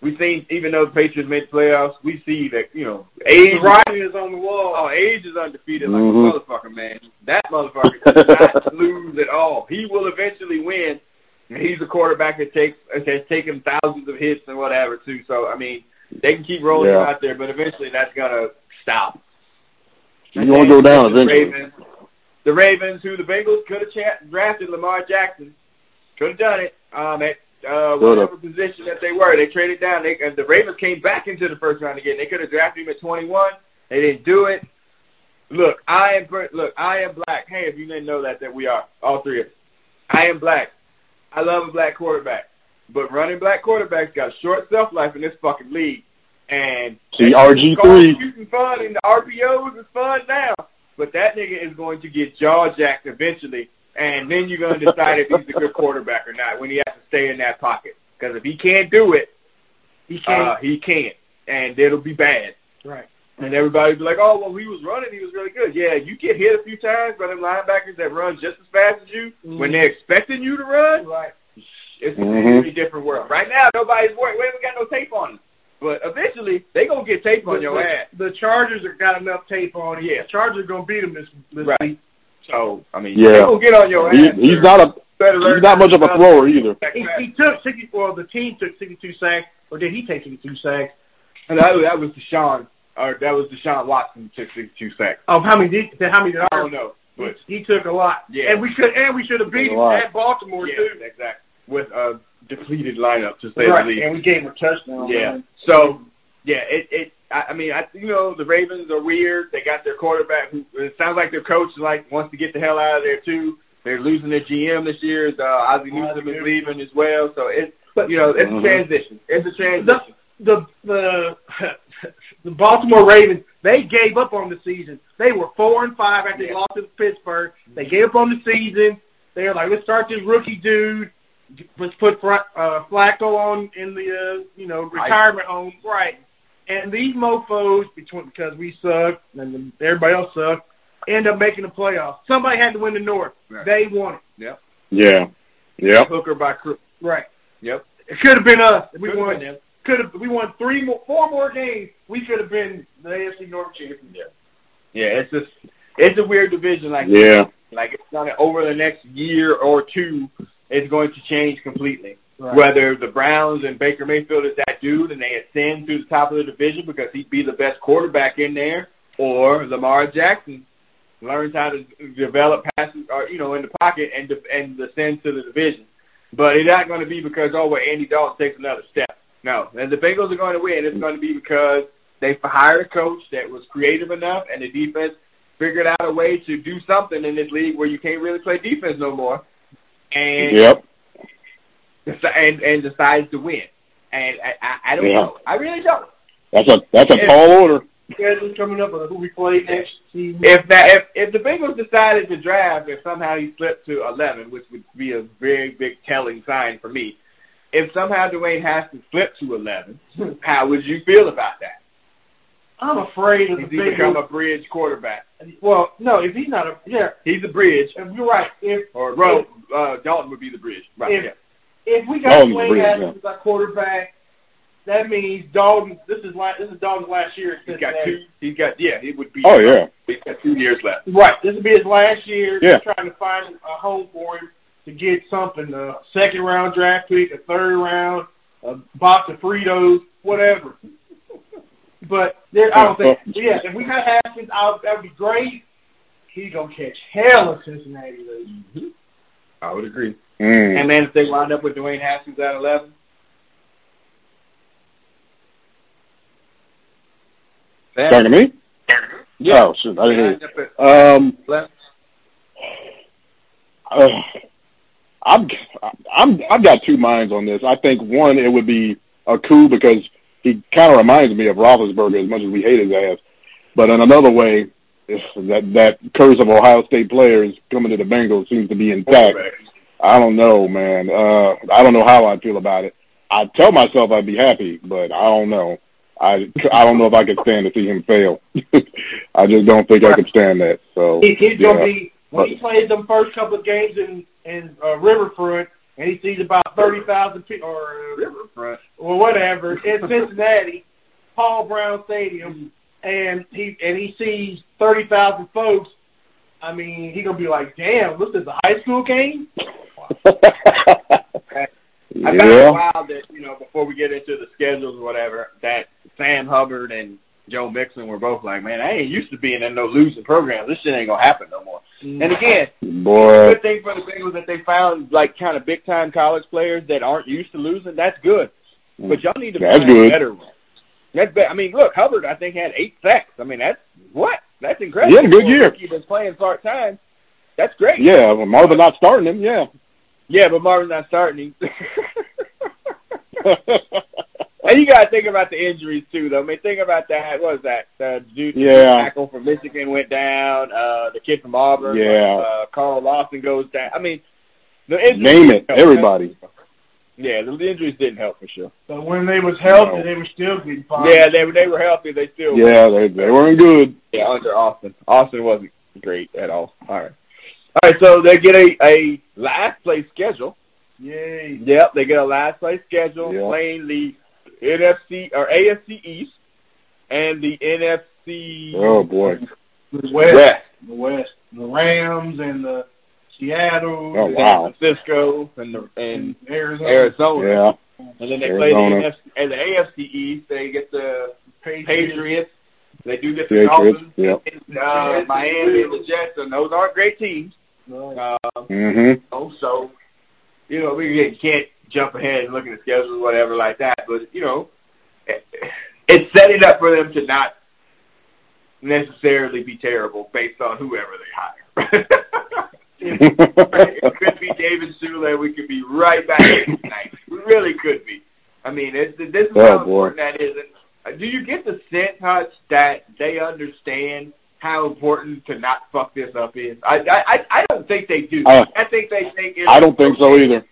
Speaker 1: we've seen even though the Patriots made the playoffs, we see that you know age
Speaker 3: The writing is on the wall.
Speaker 1: Oh, Age is undefeated like
Speaker 2: Mhm.
Speaker 1: a motherfucker, man. That motherfucker does not (laughs) lose at all. He will eventually win. And he's a quarterback that takes has taken thousands of hits and whatever too. So I mean, they can keep rolling him
Speaker 2: Yeah.
Speaker 1: out there, but eventually that's gonna stop.
Speaker 2: You want to go down
Speaker 1: the
Speaker 2: eventually?
Speaker 1: Ravens, the Ravens, who the Bengals could have cha- drafted Lamar Jackson, could have done it um, at uh,
Speaker 2: Coulda.
Speaker 1: whatever position that they were. They traded down. They, uh, the Ravens came back into the first round again. They could have drafted him at 21. They didn't do it. Look, I am per- look, I am black. Hey, if you didn't know that, that we are all three of us. I am black. I love a black quarterback, but running black quarterbacks got a short shelf life in this fucking league. And
Speaker 2: See, RG3.
Speaker 1: Call shooting fun and the RPOs is fun now, but that nigga is going to get jaw jacked eventually, and then you're going to decide if he's a good quarterback or not when he has to stay in that pocket. Because if he can't do it,
Speaker 3: He can't.
Speaker 1: uh, he can't, and it'll be bad.
Speaker 3: right.
Speaker 1: And everybody would be like, oh, well, he was running. He was really good. Yeah, you get hit a few times by them linebackers that run just as fast as you
Speaker 3: Mm-hmm.
Speaker 1: when they're expecting you to run.
Speaker 3: Right.
Speaker 1: It's a
Speaker 2: Mhm.
Speaker 1: completely different world. Right now, nobody's worried. We haven't got no tape on him. But eventually, they going to get tape on
Speaker 3: the,
Speaker 1: your ass.
Speaker 3: The Chargers have got enough tape on.
Speaker 1: Yeah.
Speaker 3: Yeah. The Chargers are going to beat them this, this
Speaker 1: Right.
Speaker 3: week.
Speaker 1: So, I mean,
Speaker 2: Yeah.
Speaker 1: they going to get on your
Speaker 2: He,
Speaker 1: ass.
Speaker 2: he's not a he's not much of a thrower either.
Speaker 3: He, he took 60, well, the team took 62 sacks, or did he take 62 sacks?
Speaker 1: And that, that was Deshaun, or that was Deshaun Watson, 62 sacks.
Speaker 3: Oh, how many did, how many did
Speaker 1: I
Speaker 3: I
Speaker 1: don't know. But,
Speaker 3: He took a lot.
Speaker 1: Yeah.
Speaker 3: And we should, and we should have beat
Speaker 2: Took a
Speaker 3: him
Speaker 2: lot.
Speaker 3: at Baltimore,
Speaker 1: yeah,
Speaker 3: too.
Speaker 1: exactly. With a depleted lineup, to say the
Speaker 3: Right.
Speaker 1: least.
Speaker 3: And we gave him a touchdown.
Speaker 1: Yeah. So yeah, it it. I, I mean, I you know the Ravens are weird. They got their quarterback. Who, it sounds like their coach like wants to get the hell out of there too. They're losing their GM this year. The uh, Ozzie Newsome is leaving as well. So it
Speaker 3: But-
Speaker 1: you know it's
Speaker 2: Mhm.
Speaker 1: a transition. It's a transition.
Speaker 3: the the the the (laughs) Baltimore Ravens they gave up on the season. They were four and five after
Speaker 1: Yeah.
Speaker 3: they lost to Pittsburgh. They gave up on the season. They were like, let's start this rookie dude. Let's put Fra- uh, Flacco on in the uh, you know retirement home, right? And these mofo's between because we suck and everybody else sucked, end up making the playoffs. Somebody had to win the North.
Speaker 1: Right.
Speaker 3: They won it,
Speaker 2: Yeah, yeah.
Speaker 1: Hooker by crook.
Speaker 3: right?
Speaker 1: Yep.
Speaker 3: It could have been us. if We
Speaker 1: Could've
Speaker 3: won
Speaker 1: been them.
Speaker 3: could have we won three more four more games, we should have been the AFC North champion.
Speaker 1: Yeah, it's just it's a weird division like
Speaker 2: Yeah,
Speaker 1: Like it's gonna over the next year or two, it's going to change completely.
Speaker 3: Right.
Speaker 1: Whether the Browns and Baker Mayfield is that dude and they ascend to the top of the division because he'd be the best quarterback in there, or Lamar Jackson learns how to develop passes, or you know, in the pocket and de- and descend to the division. But it's not going to be because oh, well, Andy Dalton takes another step. No, and the Bengals are going to win. It's going to be because they hired a coach that was creative enough, and the defense figured out a way to do something in this league where you can't really play defense no more, and
Speaker 2: Yep.
Speaker 1: and and decides to win. And I, I, I don't
Speaker 2: Yeah.
Speaker 1: know. I really don't.
Speaker 2: That's a that's a
Speaker 1: Yeah.
Speaker 2: tall order.
Speaker 3: Schedule's coming up uh, who we play next season.
Speaker 1: If that if, if the Bengals decided to draft and somehow he slipped to eleven, which would be a very big telling sign for me, if somehow Dwayne Haskins slipped to eleven, (laughs) how would you feel about that?
Speaker 3: I'm afraid of the
Speaker 1: Does he become
Speaker 3: Bengals.
Speaker 1: a bridge quarterback?
Speaker 3: Well, no, if he's not a yeah,
Speaker 1: He's a bridge,
Speaker 3: and you're right. If
Speaker 1: or well, uh, Dalton would be the bridge, right?
Speaker 3: If-
Speaker 1: Yeah.
Speaker 3: if we
Speaker 2: Oh,
Speaker 3: got
Speaker 2: he's
Speaker 3: Dwayne
Speaker 2: brilliant,
Speaker 3: Haskins as our quarterback, that means Dalton. This is la this is Dalton's last year. at
Speaker 1: He's got
Speaker 3: Cincinnati.
Speaker 1: two. He's got yeah. He would be.
Speaker 2: Oh yeah.
Speaker 1: He's got two years left.
Speaker 3: Right. This will be his last year.
Speaker 2: Yeah.
Speaker 3: Trying to find a home for him to get something, a second round draft pick, a third round, a box of Fritos, whatever. But there, I don't think. Yeah, if we got Haskins, I'll, that'd be great. He's gonna catch hell in Cincinnati. Though.
Speaker 1: I would agree.
Speaker 2: Mm.
Speaker 1: And then if they wind up with Dwayne Haskins at eleven, then
Speaker 2: Talking to me?
Speaker 1: yeah,
Speaker 2: Oh shoot, I
Speaker 1: they
Speaker 2: didn't hear
Speaker 1: wind up at
Speaker 2: you. Um,
Speaker 1: 11.
Speaker 2: uh, I'm I'm I've got two minds on this. I think one, it would be a coup because he kind of reminds me of Roethlisberger as much as we hate his ass. But in another way, if that that curse of Ohio State players coming to the Bengals seems to be intact. I don't know, man. Uh, I don't know how I feel about it. I tell myself I'd be happy, but I don't know. I, I don't know if I could stand to see him fail. (laughs) I just don't think I could stand that. So
Speaker 3: He, he's
Speaker 2: yeah.
Speaker 3: gonna be when he plays them first couple of games in in uh, Riverfront, and he sees about thirty thousand people or uh,
Speaker 1: Riverfront.
Speaker 3: or whatever in Cincinnati, Paul Brown Stadium, and he and he sees thirty thousand folks. I mean, he gonna be like, "Damn, this is a high school game."
Speaker 2: (laughs)
Speaker 1: I found it
Speaker 2: yeah,
Speaker 1: wild that you know before we get into the schedules or whatever that Sam Hubbard and Joe Mixon were both like, man, I ain't used to being in no losing programs. This shit ain't gonna happen no more. And again,
Speaker 2: boy.
Speaker 1: good thing for the Bengals that they found like kind of big time college players that aren't used to losing. That's good, but y'all need to
Speaker 2: That's
Speaker 1: find
Speaker 2: good.
Speaker 1: better ones. That's be- I mean, look, Hubbard I think had eight sacks. I mean, that's what that's incredible.
Speaker 2: He had a good
Speaker 1: For
Speaker 2: year.
Speaker 1: rookie that's playing part time. That's great.
Speaker 2: Yeah, well, Marvin not starting him.
Speaker 3: (laughs)
Speaker 2: Yeah,
Speaker 1: yeah, but Marvin's not starting. (laughs) And you gotta think about the injuries too, though. I mean, think about that. What was that? The dude,
Speaker 2: Yeah.
Speaker 1: tackle from Michigan went down. Uh, the kid from Auburn,
Speaker 2: Yeah.
Speaker 1: Uh, Carl Lawson goes down. I mean, the injuries
Speaker 2: name it.
Speaker 1: didn't help.
Speaker 2: Everybody.
Speaker 1: Yeah, the injuries didn't help for sure.
Speaker 3: But when they was healthy, they were still getting fired.
Speaker 1: Yeah, they they were healthy. They still
Speaker 2: Yeah, they they weren't good.
Speaker 1: yeah under Austin. Austin wasn't great at all. All right, all right. So they get a a last place schedule.
Speaker 3: Yay.
Speaker 1: Yep, they get a last place schedule
Speaker 2: Yep.
Speaker 1: playing the NFC or AFC East and the NFC
Speaker 2: Oh boy.
Speaker 3: The West,
Speaker 1: West.
Speaker 3: the West, the Rams and the Seattle,
Speaker 2: Oh, wow.
Speaker 1: San Francisco and the, and
Speaker 3: and Arizona,
Speaker 1: Arizona.
Speaker 2: Yeah.
Speaker 1: And then they
Speaker 2: Arizona.
Speaker 1: play the NFC, and the AFC East. They get the
Speaker 3: Patriots.
Speaker 1: Patriots. They do get the
Speaker 2: Patriots.
Speaker 1: Dolphins.
Speaker 2: Yep.
Speaker 1: And, uh, Miami and the Jets, and those aren't great teams.
Speaker 3: Right.
Speaker 1: Uh,
Speaker 2: Mhm.
Speaker 1: know, so you know we really can't jump ahead and look at the schedule or whatever like that. But you know, it- it's setting up for them to not necessarily be terrible based on whoever they hire. (laughs) it could be David Sula. We could be right back in tonight. We really could be. I mean, it, this is
Speaker 2: Oh,
Speaker 1: how
Speaker 2: boy.
Speaker 1: important that is. And uh, do you get the sense, Hutch, that they understand how important to not fuck this up is? I I I- I don't think they do.
Speaker 2: Uh,
Speaker 1: I think they think. It's,
Speaker 2: (laughs) I don't think so either.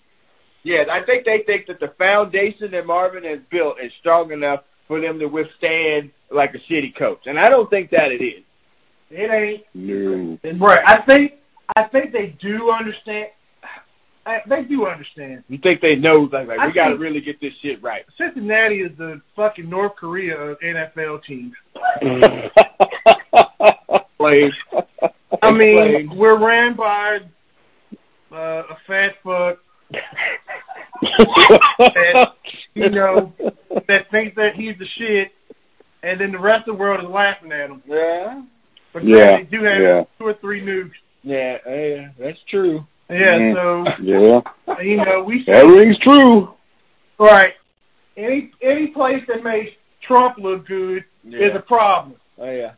Speaker 1: Yeah, I think they think that the foundation that Marvin has built is strong enough for them to withstand like a shitty coach, and I don't think that it is.
Speaker 3: It ain't.
Speaker 2: No.
Speaker 3: Right. I think I think they do understand. I, they do understand.
Speaker 1: You think they know like, like
Speaker 3: I
Speaker 1: we got to
Speaker 3: think-
Speaker 1: really get this shit right.
Speaker 3: Cincinnati is the fucking North Korea of NFL teams.
Speaker 1: Plays.
Speaker 3: (laughs) I mean,
Speaker 1: Explain.
Speaker 3: we're ran by uh, a fat fuck you know that thinks that he's the shit, and then the rest of the world is laughing at them.
Speaker 1: Yeah.
Speaker 3: But
Speaker 2: Yeah,
Speaker 3: they do have
Speaker 2: yeah.
Speaker 3: two or three nukes.
Speaker 1: Yeah, yeah, that's true.
Speaker 3: Yeah,
Speaker 2: Mhm. (laughs) (laughs)
Speaker 3: so
Speaker 2: Yeah,
Speaker 3: you know we should
Speaker 2: everything's true.
Speaker 3: right. Any any place that makes Trump look good is
Speaker 1: Yeah.
Speaker 3: a problem,
Speaker 1: Oh yeah.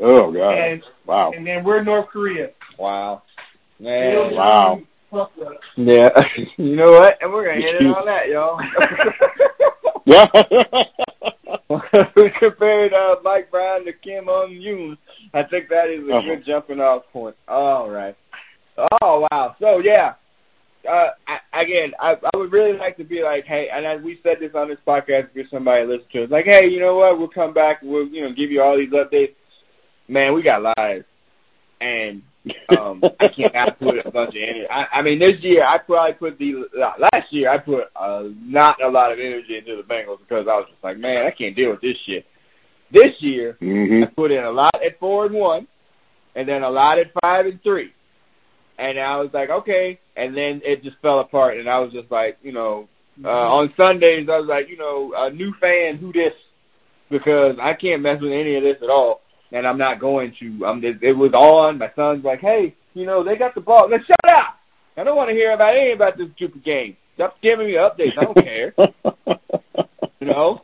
Speaker 2: Oh God!
Speaker 3: and
Speaker 2: Wow!
Speaker 3: and then we're North Korea.
Speaker 1: Wow.
Speaker 3: We don't
Speaker 1: Man.
Speaker 3: do
Speaker 2: Wow.
Speaker 3: Trump look.
Speaker 1: Yeah. (laughs) you know what? And we're gonna hit it on that, y'all.
Speaker 2: (laughs) Yeah.
Speaker 1: (laughs) we compared uh, Mike Brown to Kim On Yoon. I think that is a
Speaker 2: Uh-huh.
Speaker 1: good jumping off point. All right. Oh wow. So yeah. Uh, I, again, I, I would really like to be like, hey, and I, we said this on this podcast because somebody listened to us. Like, hey, you know what? We'll come back. We'll you know give you all these updates. Man, we got lives, and um, I can't I put a
Speaker 2: (laughs)
Speaker 1: bunch of energy. I, I mean, this year I probably put the last year I put uh, not a lot of energy into the Bengals because I was just like, man, I can't deal with this shit. This year
Speaker 2: hmm
Speaker 1: Mm-hmm. I put in a lot at four and one, and then a lot at five and three, and I was like, okay, and then it just fell apart, and I was just like, you know, uh, on Sundays I was like, you know, a new fan, who this? Because I can't mess with any of this at all, and I'm not going to. Um, it, it was on. My son's like, hey, you know, they got the ball. Now shut up! I don't want to hear about any about this stupid game. Stop giving me updates.
Speaker 2: (laughs)
Speaker 1: I don't care you know.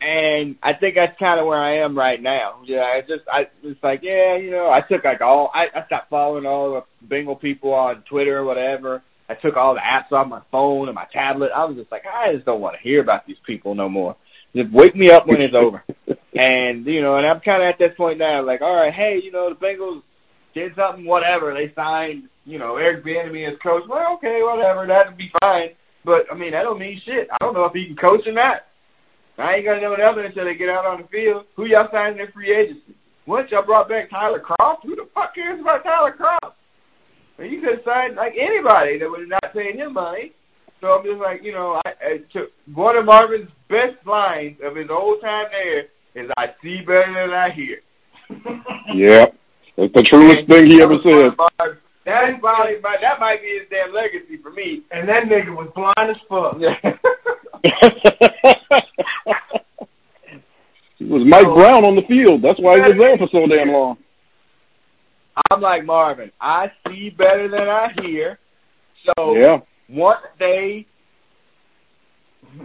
Speaker 1: And I think that's kind of where I am right now. Yeah, I just I it's like yeah, you know, I took like all I, I stopped following all the Bengal people on Twitter or whatever. I took all the apps off my phone and my tablet. I was just like, I just don't want to hear about these people no more. Just wake me up when it's over. And you know, and I'm kind of at that point now. Like, all right, hey, you know, the Bengals did something, whatever. They signed, you know, Eric Bieniemy as coach. Well, okay, whatever, that'd be fine. But I mean, that don't mean shit. I don't know if he can coach or not. I ain't gonna know nothing until they get out on the field. Who y'all signing in free agency? Once y'all brought back Tyler Croft, who the fuck cares about Tyler Croft? And you could have signed like anybody that would have not paid him money. So I'm just like, you know, I, I took one of Marvin's best lines of his whole time there is "I see better than I hear."
Speaker 2: Yep. That's the truest thing he ever said. (laughs)
Speaker 1: That is probably my, that might be his damn legacy for
Speaker 2: (laughs)
Speaker 1: me.
Speaker 3: (laughs) And that nigga was blind as fuck.
Speaker 2: it was Mike Brown on the field. That's why he was there for so damn long.
Speaker 1: I'm like Marvin. I see better than I hear. So
Speaker 2: Yeah.
Speaker 1: once they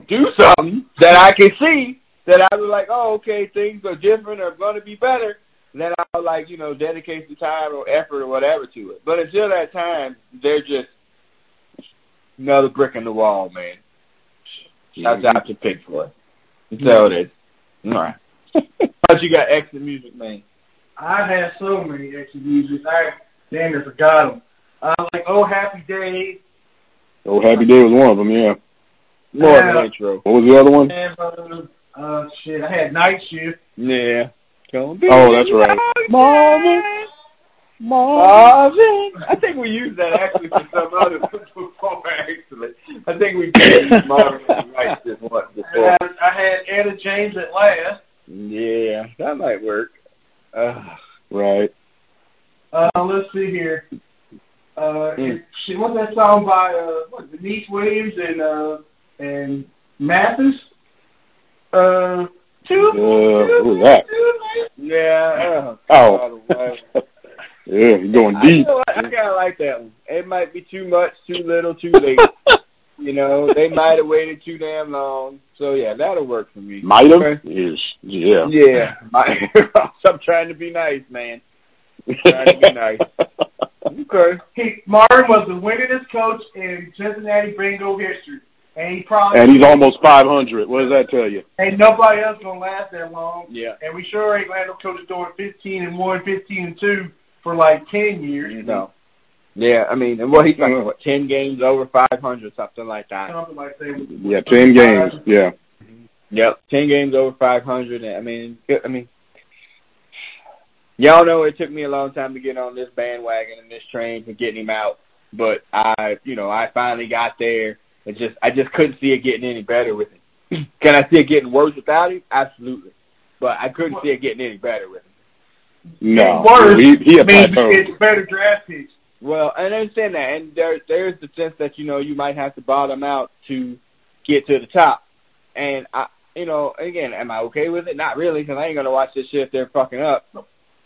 Speaker 1: do something that I can see, that I was like, oh, okay, things are different or going to be better, then I'll, like, you know, dedicate some time or effort or whatever to it. But until that time, they're just another brick in the wall, man. That's out to pick for it. That's how it is. All right.
Speaker 2: (laughs)
Speaker 1: But you got extra music, man.
Speaker 3: I've had so many extra music. I damn near forgot them. Uh, like Oh Happy Day.
Speaker 2: Oh, Happy Day was one of them. Yeah.
Speaker 1: More of
Speaker 3: Yeah.
Speaker 1: an intro.
Speaker 2: What was the other one?
Speaker 3: And, uh, uh, shit, I had Night Shift.
Speaker 1: Yeah. Gonna be
Speaker 2: Oh, that's right.
Speaker 1: Marvin.
Speaker 2: Mom.
Speaker 1: Marvin. I think we used that actually for some other before, actually. I think we did use Marvin and Rice this one
Speaker 3: And
Speaker 1: before.
Speaker 3: I, I had Anna James at last.
Speaker 1: Yeah, that might work. Uh,
Speaker 2: Right.
Speaker 3: Uh, let's see here. Uh,
Speaker 2: Hmm.
Speaker 1: Mm.
Speaker 3: and shit, what's that song by uh, what, Denise Williams and uh, and Mathis? Uh, two.
Speaker 2: Uh, who was that?
Speaker 1: yeah. Uh,
Speaker 2: Oh. (laughs) yeah, you're going
Speaker 1: I, you (laughs)
Speaker 2: deep.
Speaker 1: know what? I kind of like that one. It might be too much, too little, too late. you know, they might have waited too damn long. So, yeah, that'll work for me.
Speaker 2: Might
Speaker 1: Okay.
Speaker 2: have. Yes. Yeah.
Speaker 1: Yeah. My, (laughs) I'm trying to be nice, man. Trying to be nice.
Speaker 2: (laughs)
Speaker 1: Okay.
Speaker 3: He, Martin was the winningest coach in Cincinnati Bengal history, and he probably
Speaker 2: and he's almost 500. What does that tell you?
Speaker 3: ain't nobody else gonna last that long.
Speaker 1: Yeah.
Speaker 3: And we sure ain't gonna have no coach doing 15 and one, 15 and two for like 10 years.
Speaker 1: You know. Yeah, I mean, and what he's like, what, 10 games over 500, something like that.
Speaker 3: something like that.
Speaker 2: Yeah, 10 games. Yeah.
Speaker 1: Yep. 10 games over 500. And, I mean, good- I mean, y'all know it took me a long time to get on this bandwagon and this train for getting him out, but I, you know, I finally got there. It just, I just couldn't see it getting any better with him. (clears throat) Can I see it getting worse without him? Absolutely. But I couldn't see it getting any better with him.
Speaker 2: No.
Speaker 3: Worse
Speaker 2: He, he had
Speaker 3: means you
Speaker 2: plateaued.
Speaker 3: get better draft picks.
Speaker 1: Well, and I understand that, and there there's the sense that you know you might have to bottom out to get to the top, and I you know, again, am I okay with it? Not really, because I ain't gonna watch this shit if they're fucking up.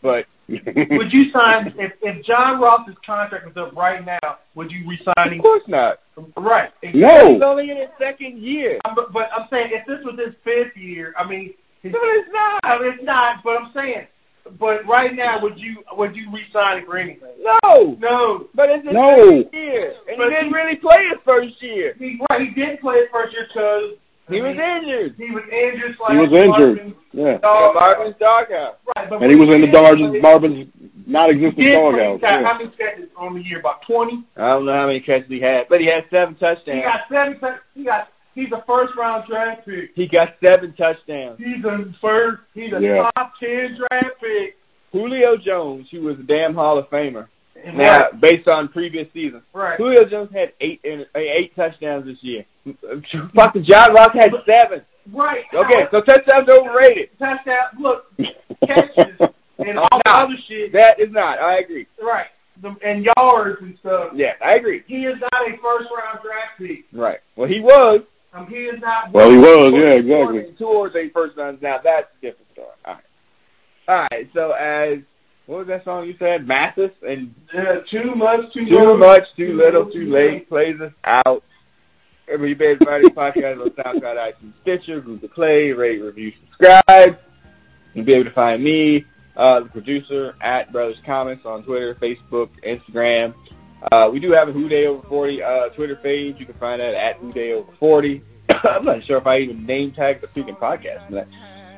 Speaker 1: But
Speaker 2: (laughs)
Speaker 3: Would you sign if if John Ross's contract was up right now? Would you resign
Speaker 1: of
Speaker 3: him?
Speaker 1: course not.
Speaker 3: Right. exactly.
Speaker 1: He's
Speaker 2: No,
Speaker 1: only in his second year.
Speaker 3: I'm- But, but I'm saying if this was his fifth year, I mean, his,
Speaker 1: No, it's not.
Speaker 3: I mean, it's not. But I'm saying, but right now, would you would you resign him for anything?
Speaker 1: No,
Speaker 3: No.
Speaker 1: but it's his
Speaker 2: No.
Speaker 1: second year, and
Speaker 3: But-
Speaker 1: he didn't really play his first year.
Speaker 3: He, right. He did play his first year because
Speaker 1: He was injured.
Speaker 3: He was injured.
Speaker 2: he was injured. Yeah,
Speaker 1: Oh,
Speaker 3: Dog,
Speaker 1: Marvin's doghouse.
Speaker 3: right, but
Speaker 2: and he was in the
Speaker 3: did
Speaker 2: Dodgers,
Speaker 3: play-
Speaker 2: Marvin's
Speaker 3: he
Speaker 2: non-existent
Speaker 3: did play-
Speaker 2: doghouse.
Speaker 3: he got- How
Speaker 2: Yeah.
Speaker 3: many catches on the year? About twenty.
Speaker 1: I don't know how many catches he had, but he had seven
Speaker 3: He
Speaker 1: touchdowns.
Speaker 3: got seven. touch- He got. He's a first round draft pick.
Speaker 1: He got seven touchdowns.
Speaker 3: He's a first. He's a
Speaker 2: Yeah.
Speaker 3: top ten draft pick.
Speaker 1: Julio Jones, who was a damn Hall of Famer.
Speaker 3: And
Speaker 1: Now, based on previous seasons,
Speaker 3: right, right.
Speaker 1: Julio Jones had eight in, eh, eight touchdowns this year. (laughs) Fucking John Ross had seven.
Speaker 3: right.
Speaker 1: Okay,
Speaker 3: Now,
Speaker 1: so touchdowns overrated.
Speaker 3: touchdown. Look, catches and
Speaker 2: Oh,
Speaker 3: all the
Speaker 1: Now,
Speaker 3: other shit.
Speaker 1: That is not. I agree.
Speaker 3: right. The, and yards and stuff.
Speaker 1: Yes, I agree.
Speaker 3: He is not a first round draft pick.
Speaker 1: Right. Well, he was.
Speaker 3: Um, he is not.
Speaker 2: Well, he was. Yeah, exactly.
Speaker 1: Towards eight first downs. Now that's a different story. All right. All right. So as what was that song you said? Mathis and
Speaker 3: Uh, too much. Too,
Speaker 1: Too
Speaker 3: young.
Speaker 1: much, too little, too late plays us out. Every Bad Friday podcast on SoundCloud, iTunes, Stitcher, Google Play, rate, review, subscribe. You'll be able to find me, uh, the producer, at Brothers Comments on Twitter, Facebook, Instagram. Uh, we do have a Who Day Over 40 uh, Twitter page. You can find that at Who Day Over 40. (laughs) I'm not sure if I even name tagged the freaking podcast for that.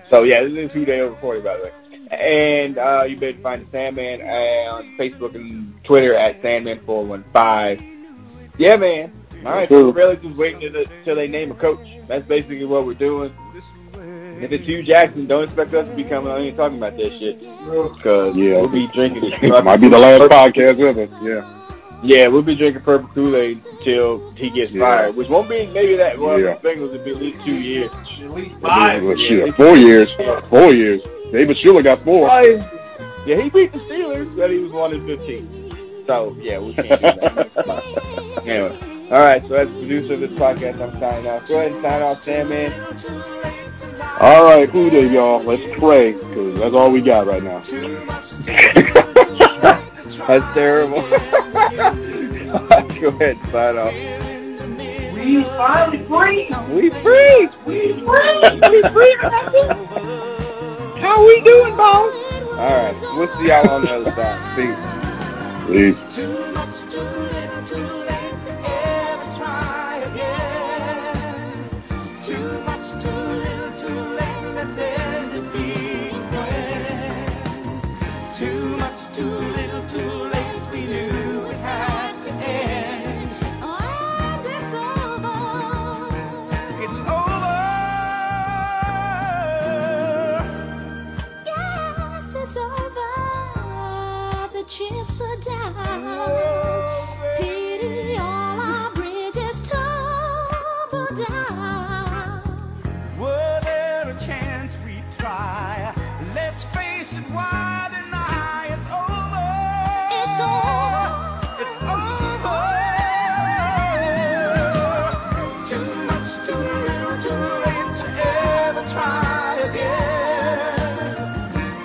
Speaker 1: So, yeah, this is Who Day Over 40, by the way. And uh, you better find the Sandman uh, on Facebook and Twitter at Sandman415. Yeah, man. All right, so we're really just waiting until till they name a coach. That's basically what we're doing. If it's Hugh Jackson, don't expect us to be coming on here talking about that shit. Because
Speaker 2: Yeah.
Speaker 1: we'll be drinking
Speaker 2: (laughs)
Speaker 1: it.
Speaker 2: (laughs) Might be the last podcast ever. Yeah,
Speaker 1: Yeah, we'll be drinking purple Kool-Aid until he gets
Speaker 2: Yeah.
Speaker 1: fired, which won't be maybe that well.
Speaker 2: Yeah.
Speaker 1: Yeah. Bengals would be at least two years.
Speaker 3: At least
Speaker 2: I
Speaker 3: five.
Speaker 2: mean, well, shit, four years, four years. David Schuler got four.
Speaker 1: Yeah, he beat the Steelers, but he was one in fifteen. So yeah, we can't do that.
Speaker 2: (laughs)
Speaker 1: anyway, all right. So as the producer of this podcast, I'm signing off. Go ahead and sign off, Sandman.
Speaker 2: All right, who day, y'all? Let's pray, 'cause that's all we got right now.
Speaker 1: That's terrible. (laughs) Go ahead, and sign off.
Speaker 3: We finally free.
Speaker 1: We free. We free. we free. How we doing, boss? All right, we'll see y'all on the other side. See. you.
Speaker 2: Peace.
Speaker 4: Too much, too little, too late to ever try again. Too much, too little, too late. Let's end it being friends. Too much, too little, too late. We knew it had to end. And it's over. It's over. Yes, it's over. The chips are down. Pity all our bridges tumble down.
Speaker 5: Were there a chance we'd try? Let's face it, why deny? It's over.
Speaker 4: It's over.
Speaker 5: It's over. Too much, too little, too late to ever try again.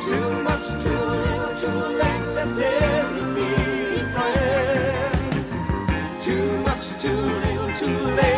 Speaker 5: Too much, too little, too late. Let's end it, be friends. Too much, too little, too late.